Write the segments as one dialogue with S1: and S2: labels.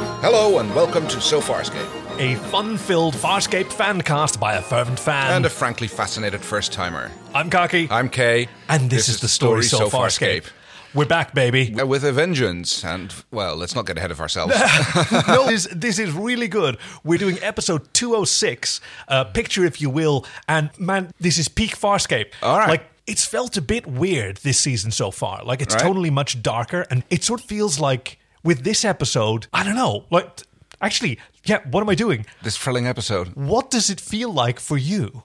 S1: and welcome to So Farscape,
S2: A fun filled Farscape fancast by a fervent fan.
S1: and a frankly fascinated first timer.
S2: I'm Kaki.
S1: I'm Kay,
S2: and this, is, the story, So Farscape. We're back, baby.
S1: Uh, With a vengeance, and well, let's not get ahead of ourselves.
S2: no, this, this is really good. We're doing episode 206, uh, picture if you will, and man, this is peak Farscape.
S1: All right.
S2: Like, it's felt a bit weird this season so far. Like, it's
S1: Right.
S2: totally much darker, and it sort of feels like with this episode, I don't know, like, t- actually, yeah, what am I doing?
S1: this thrilling episode.
S2: What does it feel like for you?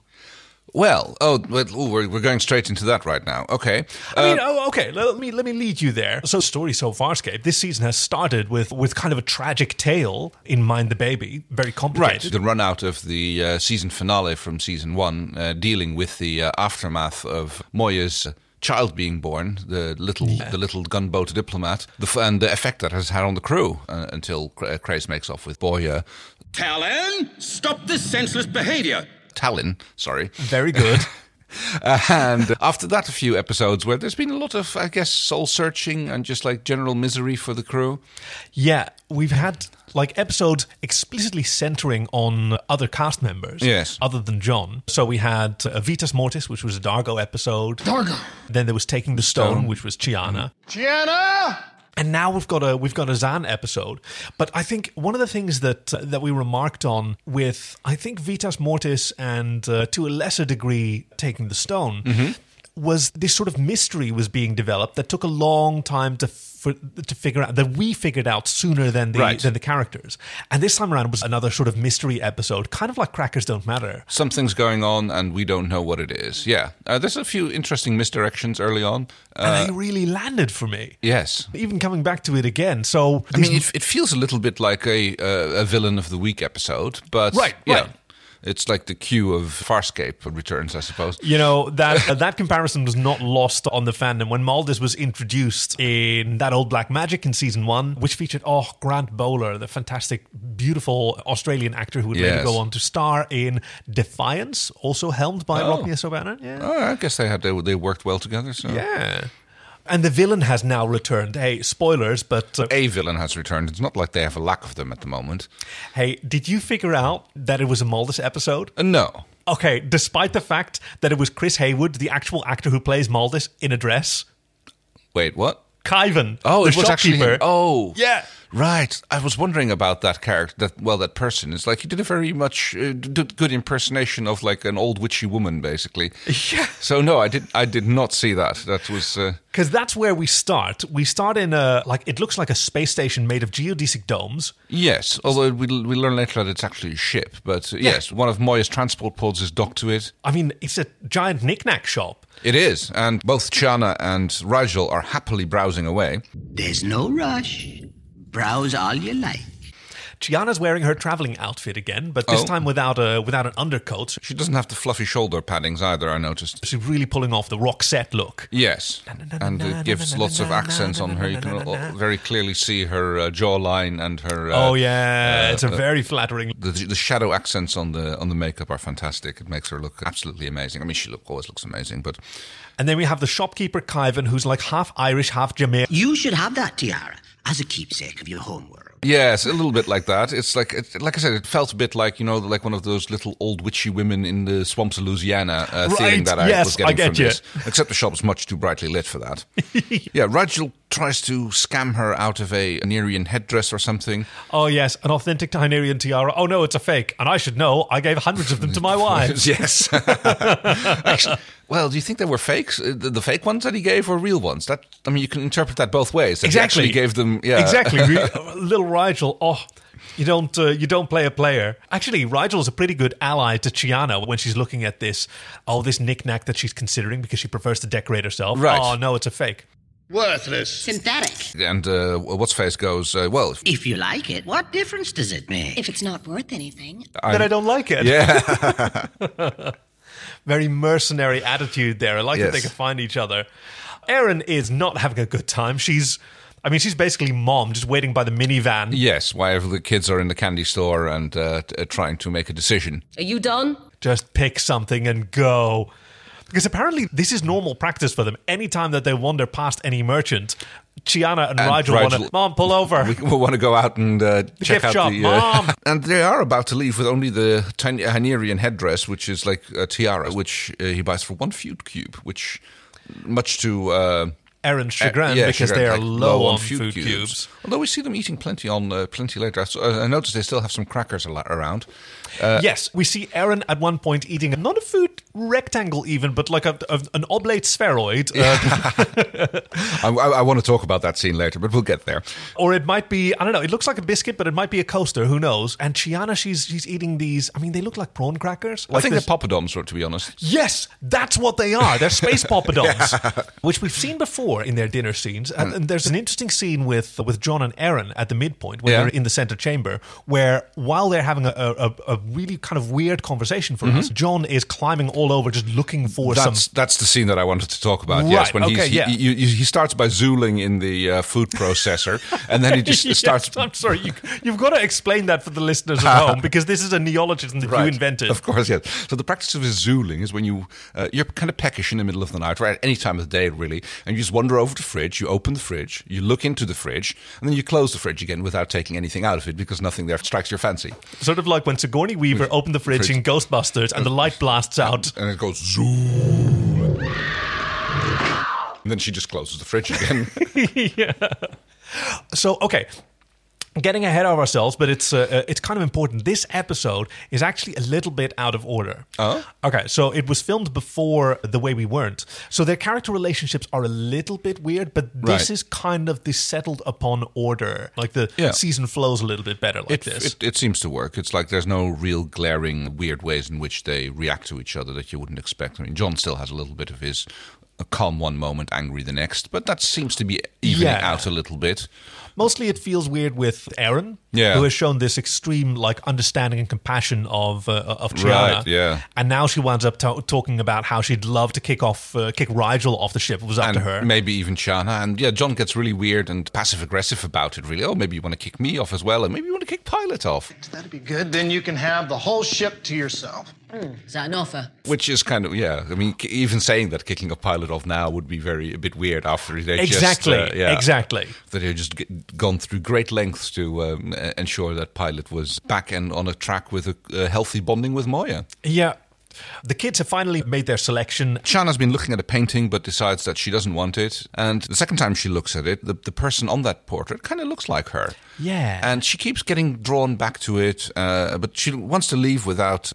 S1: Well, oh, well, ooh, we're, we're going straight into that right now. Okay. Uh,
S2: I mean, oh, okay. Let me let me lead you there. So, story so Farscape. This season has started with with kind of a tragic tale in mind. The baby, very
S1: Right,
S2: complicated.
S1: the run out of the uh, season finale from season one, uh, dealing with the uh, aftermath of Moya's child being born, the little the little gunboat diplomat, the, f- and the effect that has had on the crew uh, until Cra- uh, Craze makes off with Boya
S3: Talon, stop this senseless behavior.
S1: Talon. Sorry, Uh,
S2: Very good.
S1: and after that, a few episodes where there's been a lot of, I guess, soul searching and just like general misery for the crew.
S2: yeah, we've had like episodes explicitly centering on other cast members.
S1: Yes.
S2: Other than John, so we had uh, Vitas Mortis, which was a Dargo episode.
S3: Dargo.
S2: Then there was Taking the Stone, which was Chiana.
S3: Gianna!
S2: And now we've got a we've got a Zan episode, but I think one of the things that uh, that we remarked on with I think Vitas Mortis and uh, to a lesser degree taking the stone
S1: Mm-hmm.
S2: was this sort of mystery was being developed that took a long time to for, to figure out that we figured out sooner than the
S1: Right.
S2: than the characters. And this time around was another sort of mystery episode, kind of like Crackers Don't Matter.
S1: Something's going on, and we don't know what it is. Yeah, uh, there's a few interesting misdirections early on. Uh,
S2: And they really landed for me.
S1: yes.
S2: Even coming back to it again, so
S1: I mean, it, it feels a little bit like a uh, a villain of the week episode, but
S2: Right,
S1: yeah,
S2: right.
S1: it's like the cue of Farscape returns, I suppose.
S2: You know that that comparison was not lost on the fandom when Maldus was introduced in that old Black Magic in season one, which featured oh Grant Bowler, the fantastic, beautiful Australian actor who would later
S1: Yes.
S2: go on to star in Defiance, also helmed by
S1: Oh.
S2: Rodney S. O'Bannon. Yeah.
S1: Oh, I guess they had they, they worked well together. So
S2: Yeah. And the villain has now returned. Hey, spoilers, but uh,
S1: a villain has returned. It's not like they have a lack of them at the moment.
S2: hey, did you figure out that it was a Maldus episode?
S1: Uh, no,
S2: Okay, despite the fact that it was Chris Haywood, the actual actor who plays Maldus, in a dress.
S1: wait, what?
S2: Kyvan,
S1: Oh,
S2: the
S1: it was actually
S2: shopkeeper.
S1: him. oh
S2: Yeah.
S1: right. I was wondering about that character. That well, that person. It's like he did a very much uh, d- good impersonation of like an old witchy woman, basically.
S2: Yeah.
S1: So no, I did. I did not see that. That was. Uh,
S2: Because that's where we start. We start in a like it looks like a space station made of geodesic domes.
S1: Yes, although we, we learn later that it's actually a ship, but uh, yes, one of Moya's transport pods is docked to it.
S2: I mean, it's a giant knickknack shop.
S1: It is, and both Chana and Rigel are happily browsing away.
S4: There's no rush. Browse all you like.
S2: Gianna's wearing her traveling outfit again, but this
S1: Oh.
S2: time without a without an undercoat. She-
S1: She doesn't have the fluffy shoulder paddings either, I noticed.
S2: She's really pulling off the rock set look.
S1: Yes, and it gives lots of accents on her. You can al- very clearly see her uh, jawline and her. Uh,
S2: Oh yeah, it's a very flattering.
S1: The, the shadow accents on the on the makeup are fantastic. It makes her look absolutely amazing. I mean, she look, always looks amazing, but
S2: And then we have the shopkeeper Kyvan, who's like half Irish, half Jamaican.
S4: You should have that tiara as a keepsake of your homeworld.
S1: Yes, a little bit like that. It's like, it, like I said, it felt a bit like you know, like one of those little old witchy women in the swamps of Louisiana uh,
S2: Right,
S1: feeling that I
S2: yes,
S1: was getting
S2: I get
S1: from
S2: you.
S1: this. Except the shop's much too brightly lit for that. yeah, Rigel tries to scam her out of a Nerian headdress or something.
S2: Oh yes, an authentic Tynerian tiara. Oh no, it's a fake. And I should know. I gave hundreds of them to my wives.
S1: yes. Actually, well, do you think they were fakes? Uh, The, the fake ones that he gave were real ones? That I mean, you can interpret that both ways. that he actually gave them. Yeah.
S2: Exactly. Re- Little Rigel. Oh, you don't uh, you don't play a player. Actually, Rigel's a pretty good ally to Chiana when she's looking at this. Oh, this knickknack that she's considering because she prefers to decorate herself.
S1: Right.
S2: Oh no, it's a fake.
S3: Worthless.
S5: Synthetic.
S1: And uh, what's face goes uh, well.
S2: E-
S1: if-
S4: If you like it, what difference does it make?
S5: If it's not worth anything,
S2: Then I don't like it.
S1: Yeah.
S2: Very mercenary attitude there. I like that they
S1: Yes.
S2: can find each other. Erin is not having a good time. She's, I mean, she's basically mom, just waiting by the minivan.
S1: Yes, while the kids are in the candy store and uh, t- uh, trying to make a decision.
S6: Are you done?
S2: just pick something and go. Because apparently, this is normal practice for them. Anytime that they wander past any merchant, Chiana and,
S1: And
S2: Rigel, want
S1: Rigel-
S2: to, Mom, pull over.
S1: We, we want to go out and uh, check
S2: Er. gift
S1: out
S2: shop,
S1: the. uh,
S2: Mom!
S1: and they are about to leave with only the Tan- Hynerian headdress, which is like a tiara, which uh, he buys for one feud cube, which, much to. Uh,
S2: Aaron's Eh, chagrin
S1: uh, yeah,
S2: because
S1: chagrin,
S2: they are
S1: like,
S2: low, on, food cubes.
S1: Although we see them eating plenty on uh, plenty later. I, saw- uh, I noticed they still have some crackers a- around.
S2: yes, we see Aaron at one point eating not a food rectangle even, but like a, a- an oblate spheroid, uh,
S1: I, I, I want to talk about that scene later, but we'll get there.
S2: or it might be I don't know. It looks like a biscuit, but it might be a coaster. Who knows? And Chiana, she's she's eating these. I mean, they look like prawn crackers.
S1: I
S2: Like
S1: think
S2: this-
S1: they're poppadoms, to be honest.
S2: Yes, that's what they are. They're space poppadoms, which we've seen before in their dinner scenes.
S1: Hmm.
S2: And, and there's an interesting scene with with John and Aaron at the midpoint, where
S1: Yeah.
S2: they're in the center chamber, where while they're having a, a, a- a really kind of weird conversation for us, John is climbing all over, just looking for
S1: Mm-hmm. That's
S2: some.
S1: that's the scene that I wanted to talk about.
S2: Right,
S1: yes, when he's,
S2: okay,
S1: he,
S2: yeah.
S1: you- you- he starts by zooling in the uh, food processor, and then he just
S2: Yes,
S1: starts.
S2: I'm sorry, you, you've got to explain that for the listeners at home because this is a neologism that you
S1: Right.
S2: invented.
S1: Of course, yes. So the practice of zooling is when you uh, you're kind of peckish in the middle of the night, right? At any time of the day, really, and you just wander over to the fridge. You open the fridge, you look into the fridge, and then you close the fridge again without taking anything out of it because nothing there strikes your fancy.
S2: Sort of like when Sigourney Weaver opened the fridge in Ghostbusters and the light blasts out.
S1: And it goes zoom. And then she just closes the fridge again.
S2: So okay, getting ahead of ourselves, but it's uh, uh, it's kind of important. This episode is actually a little bit out of order.
S1: Oh?
S2: okay. So it was filmed before the way we weren't. So their character relationships are a little bit weird, but this
S1: Right.
S2: is kind of the settled upon order. Like the
S1: Yeah.
S2: season flows a little bit better like
S1: it,
S2: this.
S1: it, it seems to work. It's like there's no real glaring weird ways in which they react to each other that you wouldn't expect. I mean, John still has a little bit of his uh, calm one moment, angry the next, but that seems to be evening
S2: Yeah.
S1: out a little bit.
S2: Mostly, it feels weird with Aaron,
S1: Yeah.
S2: who has shown this extreme like understanding and compassion of uh, of Chiana.
S1: Right, yeah.
S2: and now she winds up to- talking about how she'd love to kick off uh, kick Rigel off the ship. It was up
S1: And
S2: to her.
S1: maybe even Chana. And yeah, John gets really weird and passive aggressive about it, really. Oh, maybe you want to kick me off as well, and maybe you want to kick Pilot off,
S5: That'd be good. Then you can have the whole ship to yourself.
S6: Is that an offer?
S1: which is kind of, yeah. I mean, k- even saying that kicking a pilot off now would be very, a bit weird after they just,
S2: exactly,
S1: uh, yeah.
S2: exactly.
S1: that had just g- gone through great lengths to um, e- ensure that Pilot was back and on a track with a, a healthy bonding with Moya.
S2: Yeah, the kids have finally made their selection.
S1: Chana's been looking at a painting but decides that she doesn't want it. And the second time she looks at it, the, the person on that portrait kind of looks like her.
S2: Yeah.
S1: And she keeps getting drawn back to it, uh, but she wants to leave without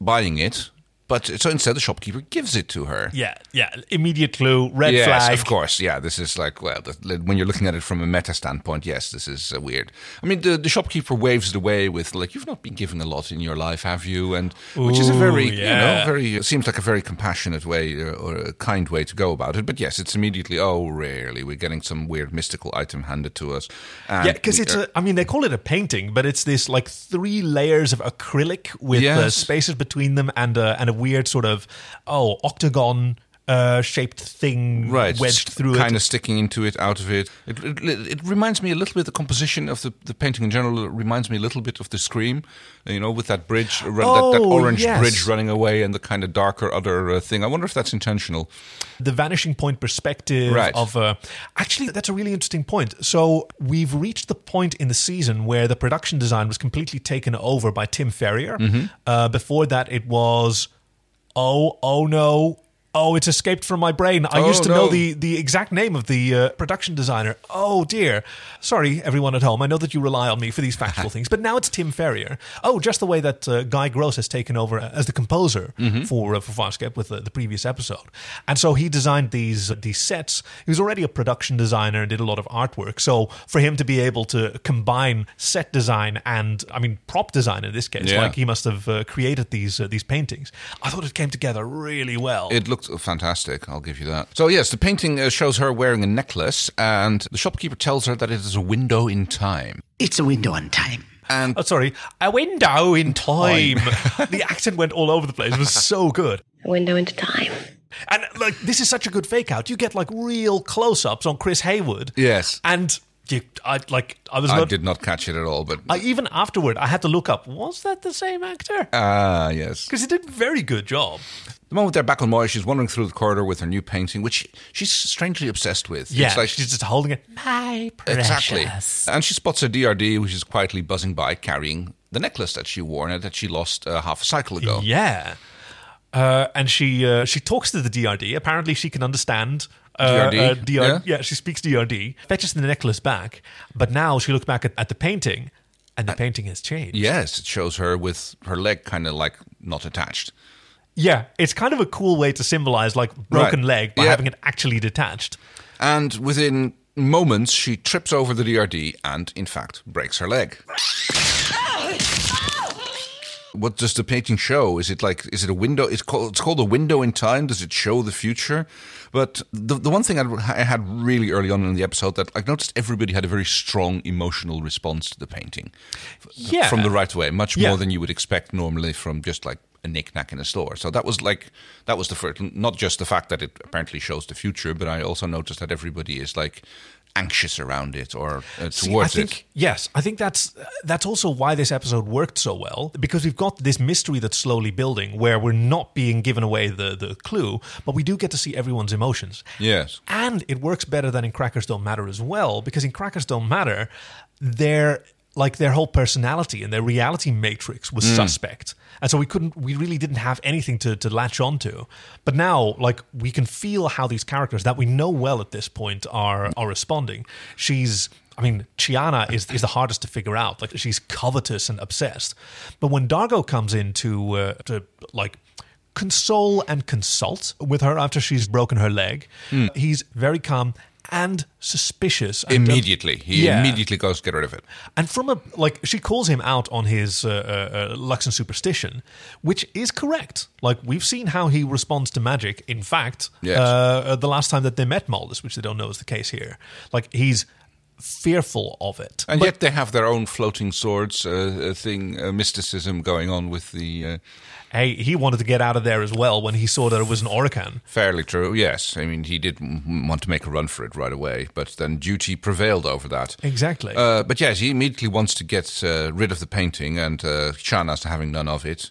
S1: buying it. But so instead, the shopkeeper gives it to her.
S2: Yeah, yeah. Immediate clue, red
S1: yes,
S2: flag.
S1: of course. Yeah, this is like well, the, when you're looking at it from a meta standpoint, yes, this is uh, weird. I mean, the, the shopkeeper waves it away with like, "You've not been given a lot in your life, have you?" And which is a
S2: Ooh,
S1: very, you
S2: yeah.
S1: know, very it seems like a very compassionate way uh, or a kind way to go about it. But yes, it's immediately, oh, really, we're getting some weird mystical item handed to us. And
S2: Yeah, because
S1: we
S2: it's
S1: are-
S2: a, I mean, they call it a painting, but it's this like three layers of acrylic with uh,
S1: Yes.
S2: spaces between them and a, and a weird sort of, oh, octagon uh, shaped thing
S1: right,
S2: wedged through
S1: kind
S2: it.
S1: of sticking into it, out of it. It, it. it reminds me a little bit. The composition of the, the painting in general reminds me a little bit of the Scream, you know, with that bridge, uh, run- that, that
S2: Oh,
S1: orange
S2: yes.
S1: bridge running away, and the kind of darker other uh, thing. I wonder if that's intentional.
S2: the vanishing point perspective
S1: Right.
S2: of. Uh, actually, that's a really interesting point. So we've reached the point in the season where the production design was completely taken over by Tim Ferrier.
S1: Mm-hmm.
S2: Uh, before that, it was, oh, oh no. Oh, it's escaped from my brain. I
S1: Oh,
S2: used to
S1: no.
S2: know the, the exact name of the uh, production designer. Oh dear. Sorry, everyone at home. I know that you rely on me for these factual things, but now it's Tim Ferrier. Oh, just the way that uh, Guy Gross has taken over as the composer
S1: Mm-hmm.
S2: for uh, for Farscape with the, the previous episode, and so he designed these uh, these sets. He was already a production designer and did a lot of artwork. So for him to be able to combine set design and I mean prop design in this case,
S1: Yeah.
S2: like he must have uh, created these uh, these paintings. I thought it came together really well.
S1: It looked uh, fantastic, I'll give you that. So, yes, the painting uh, shows her wearing a necklace, and the shopkeeper tells her that it is a window in time.
S4: It's a window on time.
S1: And
S2: Oh, sorry. A window in time. the accent went all over the place. It was so good.
S7: window into time.
S2: And, like, this is such a good fake out. You get, like, real close ups on Chris Hayward.
S1: Yes.
S2: And You, I like. I was
S1: I
S2: not.
S1: did not catch it at all, but
S2: I even afterward, I had to look up. Was that the same actor?
S1: ah, yes.
S2: Because he did a very good job.
S1: The moment they're back on Moya, she's wandering through the corridor with her new painting, which she, she's strangely obsessed with. It's
S2: Yeah,
S1: like-
S2: she's just holding it. My precious.
S1: Exactly. And she spots her DRD, which is quietly buzzing by, carrying the necklace that she wore and that she lost uh, half a cycle ago.
S2: Yeah. Uh, and she uh, she talks to the DRD. Apparently, she can understand. Uh,
S1: DRD?
S2: uh, DR, yeah.
S1: Yeah.
S2: she speaks DRD. Fetches the necklace back, but now she looks back at, at the painting, and
S1: Uh,
S2: the painting has changed.
S1: Yes, it shows her with her leg kind of like not attached.
S2: Yeah, it's kind of a cool way to symbolize like broken
S1: Right.
S2: leg by
S1: Yeah.
S2: having it actually detached.
S1: And within moments, she trips over the DRD and, in fact, breaks her leg. What does the painting show? Is it like is it a window? It's called it's called a window in time. Does it show the future? But the the one thing I, I had really early on in the episode that I noticed everybody had a very strong emotional response to the painting.
S2: Yeah,
S1: from the right way, much
S2: Yeah.
S1: more than you would expect normally from just like a knick-knack in a store. So that was like that was the first. Not just the fact that it apparently shows the future, but I also noticed that everybody is like anxious around it or uh,
S2: See,
S1: towards
S2: I think,
S1: it.
S2: Yes, I think that's that's also why this episode worked so well because we've got this mystery that's slowly building, where we're not being given away the the clue, but we do get to see everyone's emotions.
S1: Yes.
S2: and it works better than in Crackers Don't Matter as well because in Crackers Don't Matter, their like their whole personality and their reality matrix was suspect, and so we couldn't, we really didn't have anything to to latch onto. But now, like we can feel how these characters that we know well at this point are are responding. She's I mean, Chiana is, is the hardest to figure out. Like she's covetous and obsessed. But when Dargo comes in to uh, to like console and consult with her after she's broken her leg, he's very calm and suspicious. And, uh,
S1: Immediately, he
S2: Yeah.
S1: immediately goes to get rid of it.
S2: and from a like, she calls him out on his uh, uh, uh, Luxon superstition, which is correct. Like we've seen how he responds to magic. In fact,
S1: Yes.
S2: uh, uh, the last time that they met Maldus, which they don't know is the case here, like he's fearful of it.
S1: And yet they have their own floating swords uh, uh, thing, uh, mysticism going on with the. Uh,
S2: Hey, he wanted to get out of there as well when he saw that it was an Orican.
S1: fairly true. Yes, I mean he did m- want to make a run for it right away, but then duty prevailed over that.
S2: Exactly.
S1: Uh, but yes, he immediately wants to get uh, rid of the painting, and uh, Chana's having none of it.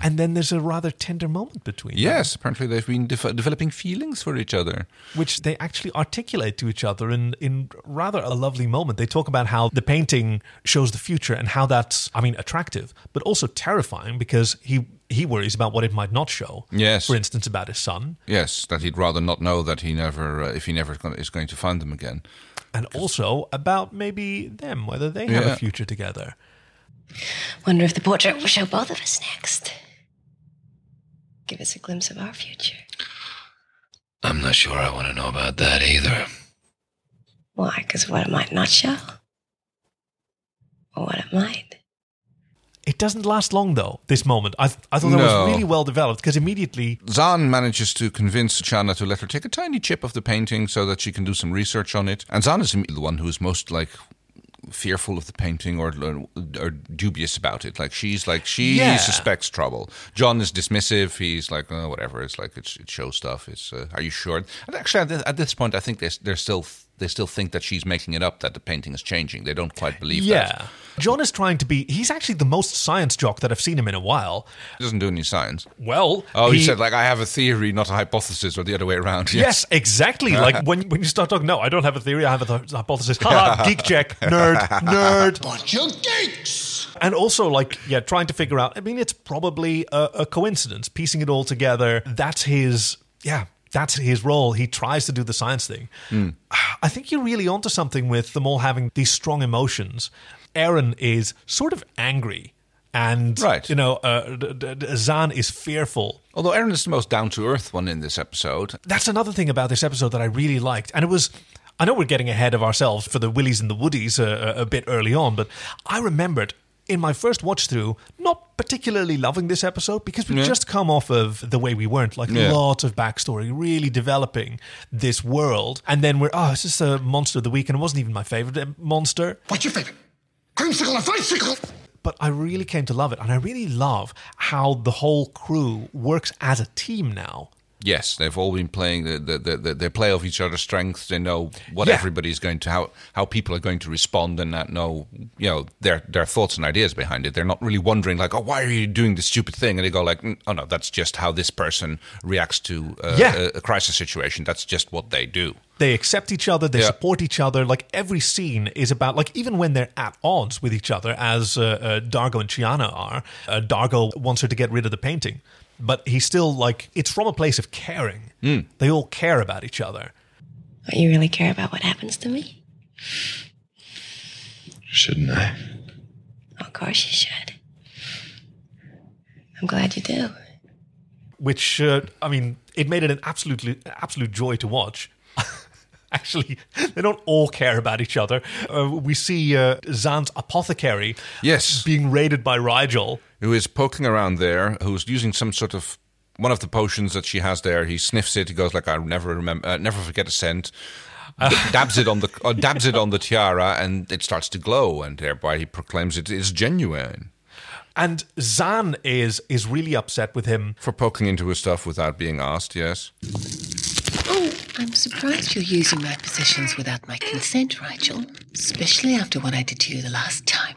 S2: and then there's a rather tender moment between them,
S1: Yes, apparently they've been def- developing feelings for each other.
S2: which they actually articulate to each other in, in rather a lovely moment. They talk about how the painting shows the future and how that's, I mean, attractive, but also terrifying because he, he worries about what it might not show.
S1: Yes.
S2: For instance, about his son.
S1: Yes, that he'd rather not know that he never, uh, if he never is going to find them again.
S2: And also about maybe them, whether they have
S1: Yeah.
S2: a future together.
S6: Wonder if the portrait will show both of us next. Give us a glimpse of our future.
S7: I'm not sure I want to know about that either.
S6: Why? Because what it might not show. Or what it might.
S2: It doesn't last long, though, this moment. I, I thought that
S1: No.
S2: was really well developed because immediately
S1: Zahn manages to convince Chana to let her take a tiny chip of the painting so that she can do some research on it. And Zahn is the one who is most like fearful of the painting or or dubious about it. Like she's like she
S2: Yeah.
S1: suspects trouble. John is dismissive. He's like oh, whatever. It's like it's, it shows stuff. It's uh, are you sure? And actually, at this, at this point, I think they they're still they still think that she's making it up. That the painting is changing. They don't quite believe
S2: Yeah.
S1: that.
S2: John is trying to be, he's actually the most science jock that I've seen him in a while.
S1: It doesn't do any science.
S2: Well,
S1: Oh, he, said like I have a theory, not a hypothesis, or the other way around.
S2: Yes, exactly. like when, when you start talking, no, I don't have a theory, I have a th- hypothesis. Haha, geek check, nerd, nerd.
S5: Bunch of geeks!
S2: And also, like, yeah, trying to figure out. I mean, it's probably a, a coincidence, piecing it all together. That's his, yeah, that's his role. He tries to do the science thing. I think you're really onto something with them all having these strong emotions. Aaron is sort of angry. And,
S1: Right.
S2: you know, uh, d- d- d- Zan is fearful.
S1: Although Aaron is the most down to earth one in this episode.
S2: That's another thing about this episode that I really liked. And it was, I know we're getting ahead of ourselves for the Willies and the Woodies uh, a, a bit early on, but I remembered in my first watch through not particularly loving this episode because we've just come off of the way we weren't like
S1: Yeah.
S2: a lot of backstory really developing this world and then we're oh it's just a monster of the week and it wasn't even my favorite uh, monster
S5: What's your favorite? Creamsicle or bicycle?
S2: but I really came to love it, and I really love how the whole crew works as a team now.
S1: Yes, they've all been playing. The, the, the, the- they play off each other's strengths. They know what
S2: Yeah.
S1: everybody's going to how how people are going to respond, and that know you know their their thoughts and ideas behind it. They're not really wondering like, oh, why are you doing this stupid thing? And they go like, "Mm, oh no, that's just how this person reacts to uh,
S2: Yeah.
S1: a, a crisis situation. That's just what they do.
S2: They accept each other. They
S1: Yeah.
S2: support each other. Like every scene is about like even when they're at odds with each other, as uh, uh, Dargo and Chiana are. Uh, Dargo wants her to get rid of the painting, but he's still like it's from a place of caring.
S1: Hmm.
S2: They all care about each other.
S6: Don't you really care about what happens to me?
S7: Shouldn't I?
S6: Of course you should. I'm glad you do.
S2: Which uh, I mean, it made it an absolutely absolute joy to watch. Actually, they don't all care about each other. Uh, we see uh, Zan's apothecary
S1: Yes.
S2: being raided by Rigel.
S1: who is poking around there, who's using some sort of one of the potions that she has there. He sniffs it. He goes like, "I never remember, uh, never forget a scent." D- dabs it on the uh, dabs it on the tiara, and it starts to glow, and thereby he proclaims it is genuine
S2: And Zan is is really upset with him.
S1: for poking into his stuff without being asked. Yes,
S8: Oh, I'm surprised you're using my possessions without my consent, Rachel. Especially after what I did to you the last time.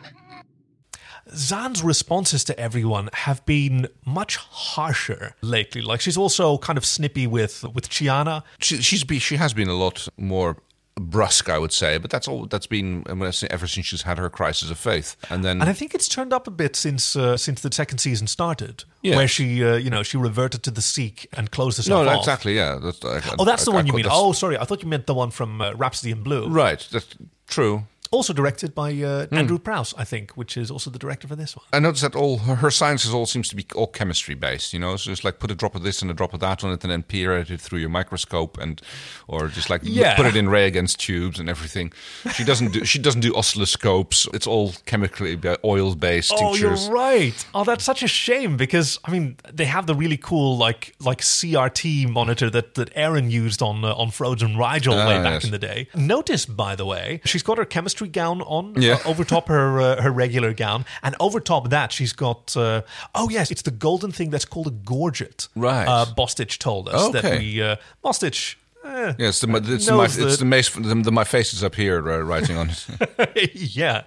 S2: Zan's responses to everyone have been much harsher lately. Like she's also kind of snippy with with Chiana.
S1: she, she's be, she has been a lot more brusque, I would say, but that's all that's been um, ever since she's had her crisis of faith, and then
S2: And I think it's turned up a bit since uh, since the second season started,
S1: Yeah.
S2: where she uh, you know she reverted to the Sikh and closed herself
S1: no,
S2: off.
S1: exactly, yeah. That's, I- I-
S2: Oh, that's the
S1: I- I
S2: one you
S1: caught-
S2: mean.
S1: that's-
S2: Oh, sorry, I thought you meant the one from uh, Rhapsody in Blue.
S1: right, Hmm. that's true.
S2: Also directed by uh, Andrew Prouse, I think, which is also the director for this one.
S1: I noticed that all her, her sciences all seems to be all chemistry based, you know. So it's like put a drop of this and a drop of that on it, and then peer at it through your microscope, and or just like
S2: Yeah.
S1: put it in ray against tubes and everything. She doesn't do she doesn't do oscilloscopes. It's all chemically oil based tinctures.
S2: Oh, you're right. Oh, that's such a shame because I mean they have the really cool like like CRT monitor that that Aaron used on uh, on Frozen Rigel way
S1: Ah,
S2: back
S1: yes.
S2: in the day. Notice, by the way, she's got her chemistry gown on
S1: Yeah.
S2: uh, over top her uh, her regular gown, and over top that she's got uh, oh yes, it's the golden thing that's called a gorget.
S1: Right.
S2: Uh, Bostitch told us that
S1: Okay.
S2: we uh, Bostitch. eh,
S1: Yeah, it's the my- it's, the, my,
S2: knows
S1: it's
S2: that-
S1: the, mace, the, the my face is up here uh, writing on it.
S2: yeah.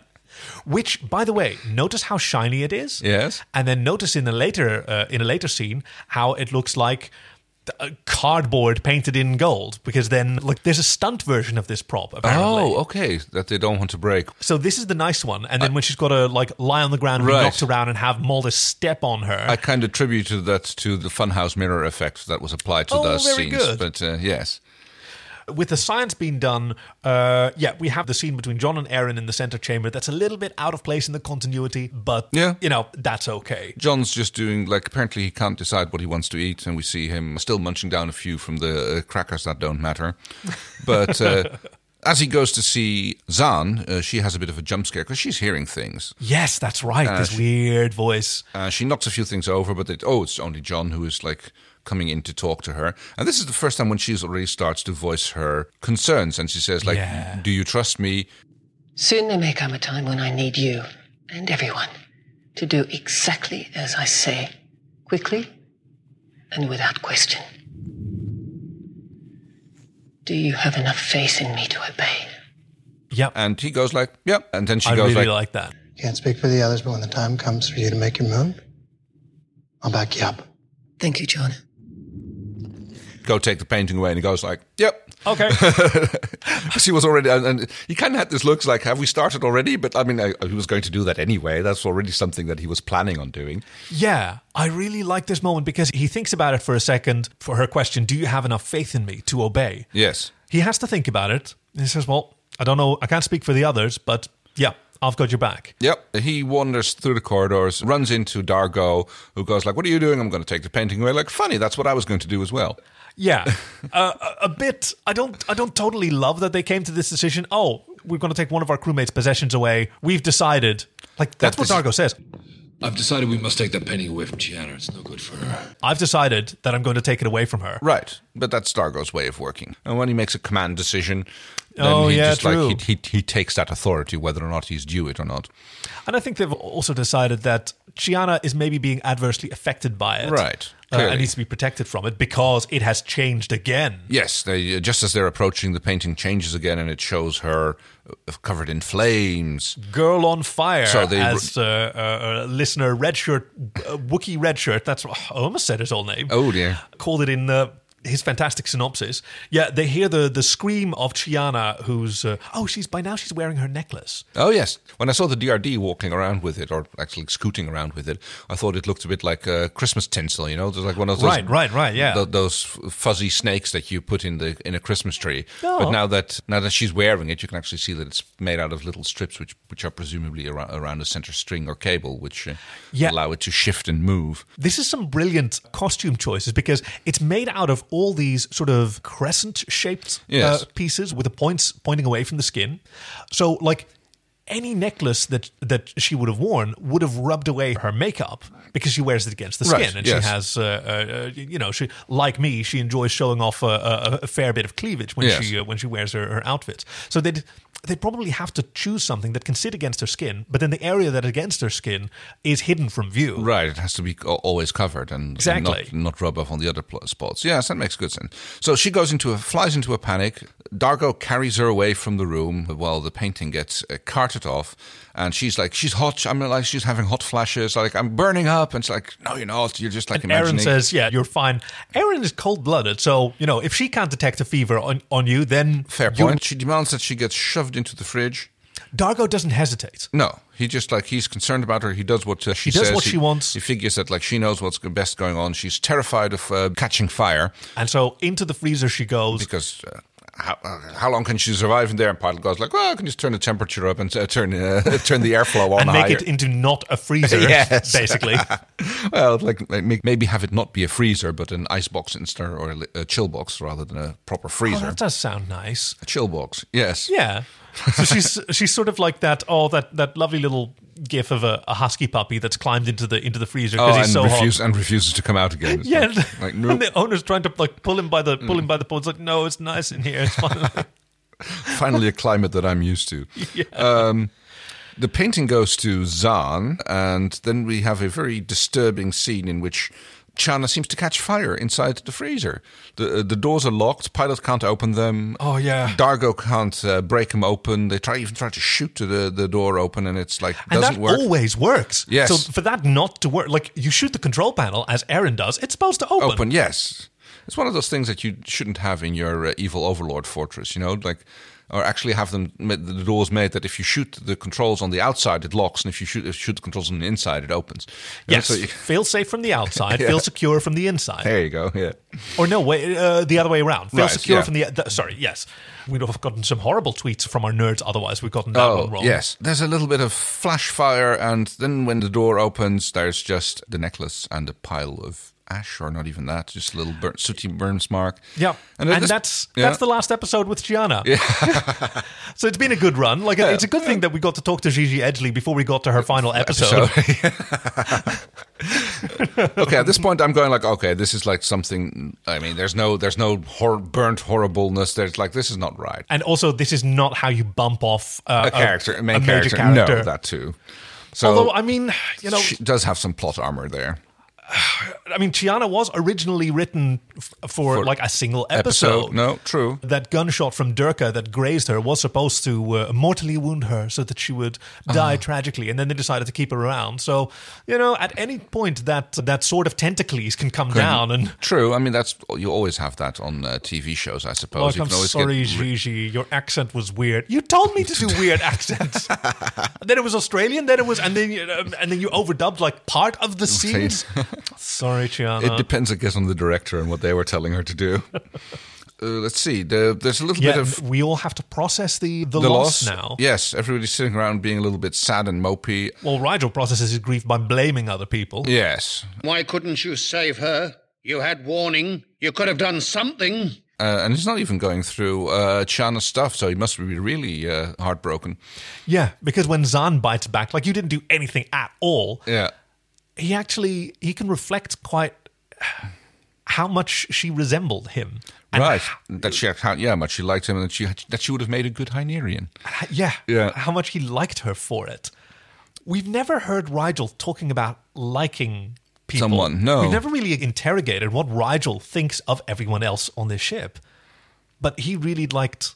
S2: Which, by the way, notice how shiny it is.
S1: Yes.
S2: And then notice in a later uh, in a later scene how it looks like th- uh, cardboard painted in gold because then like there's a stunt version of this prop apparently.
S1: oh, okay. That they don't want to break.
S2: So this is the nice one. And then when she's got to like lie on the ground and
S1: Right.
S2: be knocked around and have Mulder step on her.
S1: I kind of attributed that to the funhouse mirror effect that was applied to
S2: Oh,
S1: those
S2: very
S1: scenes.
S2: good.
S1: But uh, yes,
S2: with the science being done, uh, yeah, we have the scene between John and Aaron in the center chamber that's a little bit out of place in the continuity, but
S1: Yeah.
S2: you know, that's okay.
S1: John's just doing like apparently he can't decide what he wants to eat, and we see him still munching down a few from the uh, crackers that don't matter. But uh, as he goes to see Zan, uh, she has a bit of a jump scare because she's hearing things.
S2: Yes, that's right. this weird voice.
S1: Uh, she knocks a few things over, but it, oh, it's only John who is like coming in to talk to her. And this is the first time when she's already starts to voice her concerns, and she says like,
S2: Yeah.
S1: "Do you trust me?"
S8: Soon there may come a time when I need you and everyone to do exactly as I say, quickly and without question. Do you have enough faith in me to obey?
S2: Yep.
S1: And he goes like, "Yeah." And then she
S2: I
S1: goes
S2: really
S1: like,
S2: like that.
S9: Can't speak for the others, but when the time comes for you to make your move, I'll back you up.
S8: Thank you, John.
S1: "Go take the painting away," and he goes like, "Yep."
S2: Okay.
S1: She was already, and, and he kind of had this looks like, have we started already? But I mean, I, he was going to do that anyway. That's already something that he was planning on doing.
S2: yeah, I really like this moment because he thinks about it for a second for her question, Do you have enough faith in me to obey?
S1: Yes.
S2: He has to think about it. He says, Well, I don't know. I can't speak for the others, but yeah, I've got your back.
S1: Yep. He wanders through the corridors, runs into Dargo, who goes like, "What are you doing? I'm going to take the painting away." Like, funny. That's what I was going to do as well.
S2: Yeah, uh, a, a bit. I don't. I don't totally love that they came to this decision. Oh, we're going to take one of our crewmates' possessions away. We've decided. Like that's what
S1: this-
S2: Dargo says.
S7: I've decided we must take that painting away from Gianna. It's no good for her.
S2: I've decided that I'm going to take it away from her.
S1: Right. But that's Dargo's way of working. And when he makes a command decision, then
S2: Oh,
S1: he
S2: yeah,
S1: just
S2: true.
S1: like he, he he takes that authority whether or not he's due it or not.
S2: And I think they've also decided that Chiana is maybe being adversely affected by it.
S1: Right,
S2: Uh,
S1: clearly.
S2: and needs to be protected from it because it has changed again.
S1: Yes, they, just as they're approaching, the painting changes again, and it shows her uh, covered in flames.
S2: Girl on Fire
S1: So they-
S2: as uh, uh, uh, listener Redshirt, uh, Wookie Redshirt, that's what I almost said his whole name.
S1: Oh dear!
S2: Called it in uh, his fantastic synopsis. Yeah, they hear the, the scream of Chiana, who's, uh, oh, she's by now she's wearing her necklace.
S1: Oh yes. When I saw the DRD walking around with it, or actually scooting around with it, I thought it looked a bit like uh, Christmas tinsel. You know, there's like one of those
S2: Right, right, right, yeah.
S1: tho- those f- fuzzy snakes that you put in the in a Christmas tree.
S2: Oh.
S1: But now that now that she's wearing it, you can actually see that it's made out of little strips, which which are presumably around, around a center string or cable, which uh,
S2: Yeah.
S1: allow it to shift and move.
S2: This is some brilliant costume choices because it's made out of all these sort of crescent shaped
S1: Yes.
S2: uh, pieces with the points pointing away from the skin. So, like, any necklace that, that she would have worn would have rubbed away her makeup because she wears it against the skin.
S1: Right,
S2: and
S1: yes.
S2: she has, uh, uh, uh, you know, she like me, she enjoys showing off a, a, a fair bit of cleavage when,
S1: Yes.
S2: she, uh, when she wears her, her outfits. So they'd, they'd probably have to choose something that can sit against her skin, but then the area that against her skin is hidden from view.
S1: Right, it has to be co- always covered and
S2: Exactly.
S1: not, not rub off on the other pl- spots. Yes, that makes good sense. So she goes into a flies into a panic. Dargo carries her away from the room while the painting gets uh, carted off, and she's like, she's hot. I'm like, she's having hot flashes. Like I'm burning up, and it's like, no, you're not. You're just like
S2: And Aaron
S1: imagining.
S2: says, "Yeah, you're fine." Aaron is cold-blooded, so you know if she can't detect a fever on, on you, then
S1: Fair
S2: you-
S1: point. She demands that she gets shoved into the fridge.
S2: Dargo doesn't hesitate.
S1: No, he just like he's concerned about her. He does what uh, she
S2: He does
S1: says.
S2: what she wants.
S1: He figures that like she knows what's best going on. She's terrified of uh, catching fire.
S2: And so into the freezer she goes.
S1: because uh, how, uh, how long can she survive in there? And Pilot goes like, well, I can just turn the temperature up and uh, turn uh, turn the airflow on
S2: And make
S1: higher.
S2: it into not a freezer,
S1: Yes.
S2: basically.
S1: well, like like, make- maybe have it not be a freezer, but an ice box instead, or a, li- a chill box rather than a proper
S2: Oh,
S1: freezer.
S2: that does sound nice.
S1: a chill box, yes.
S2: Yeah. So she's she's sort of like that. Oh, that that lovely little gif of a, a husky puppy that's climbed into the into the freezer
S1: Oh,
S2: because
S1: and
S2: he's so hot.
S1: refuse, and refuses to come out again. It's
S2: Yeah,
S1: like-
S2: and-
S1: like,
S2: and
S1: nope. Mm.
S2: the owner's trying to like pull him by the pull him by the paw. It's like, no, it's nice in here. It's fine.
S1: finally a climate that I'm used to. Um, the painting goes to Zahn, and then we have a very disturbing scene in which Chana seems to catch fire inside the freezer. The uh, the doors are locked. Pilot can't open them.
S2: Oh, yeah.
S1: Dargo can't uh, break them open. They try even try to shoot to the the door open, and it's like
S2: and
S1: doesn't
S2: that
S1: work.
S2: always works.
S1: Yes.
S2: So for that not to work, like you shoot the control panel as Aaron does, it's supposed to open.
S1: open. Yes, it's one of those things that you shouldn't have in your uh, evil overlord fortress. You know, like or actually have them ma- the doors made that if you shoot the controls on the outside, it locks, and if you shoot, if you shoot the controls on the inside, it opens. You know,
S2: Yes.
S1: so you-
S2: feel safe from the outside. Feel secure from the inside.
S1: there you go. Yeah.
S2: Or no, wait, uh, the other way around. Feel
S1: Right,
S2: secure
S1: yeah.
S2: from the, the. Sorry. Yes. We'd have gotten some horrible tweets from our nerds. Otherwise, we've gotten that one wrong.
S1: Oh, yes. There's a little bit of flash fire, and then when the door opens, there's just the necklace and a pile of ash, or not even that, just a little burn, sooty burn mark.
S2: Yeah, and,
S1: at this-
S2: that's
S1: yeah.
S2: that's the last episode with Gianna. so it's been a good run. Like it's a good thing that we got to talk to Gigi Edgley before we got to her final episode.
S1: okay, at this point, I'm going like, okay, this is like something. I mean, there's no, there's no hor- burnt horribleness. There's like, this is not right.
S2: And also, this is not how you bump off uh,
S1: A character, a main
S2: a major
S1: character,
S2: character.
S1: no, that too. So
S2: Although I mean, you know,
S1: she does have some plot armor there.
S2: I mean, Chiana was originally written f- for, like a single episode.
S1: no, true.
S2: That gunshot from Durka that grazed her was supposed to uh, mortally wound her so that she would
S1: Ah.
S2: die tragically, and then they decided to keep her around. So, you know, at any point that that sort of tentacles can come down and.
S1: True. I mean, that's you always have that on uh, TV shows, I
S2: Oh,
S1: suppose. you
S2: I'm
S1: can always
S2: sorry,
S1: get ri-
S2: Gigi. Your accent was weird. You told me to do weird accents. then it was Australian. Then it was, and then you, um, and then you overdubbed like part of the scenes. sorry, Chiana.
S1: It depends, I guess, on the director and what they were telling her to do. uh, let's see. The, there's a little
S2: yeah,
S1: bit of
S2: we all have to process the the,
S1: the loss
S2: loss, now.
S1: Yes, everybody's sitting around being a little bit sad and mopey.
S2: Well, Rigel processes his grief by blaming other people.
S1: Yes,
S3: Why couldn't you save her? You had warning. You could have done something.
S1: uh, and he's not even going through uh, Chana's stuff, so he must be really uh, heartbroken.
S2: Yeah, because when Zan bites back, like you didn't do anything at all,
S1: Yeah,
S2: he actually he can reflect quite how much she resembled him. And
S1: right. That she, how, yeah, much she liked him, and that she that she would have made a good Hynerian.
S2: h- yeah,
S1: Yeah.
S2: how much he liked her for it. We've never heard Rigel talking about liking people.
S1: Someone, no.
S2: We've never really interrogated what Rigel thinks of everyone else on this ship. But he really liked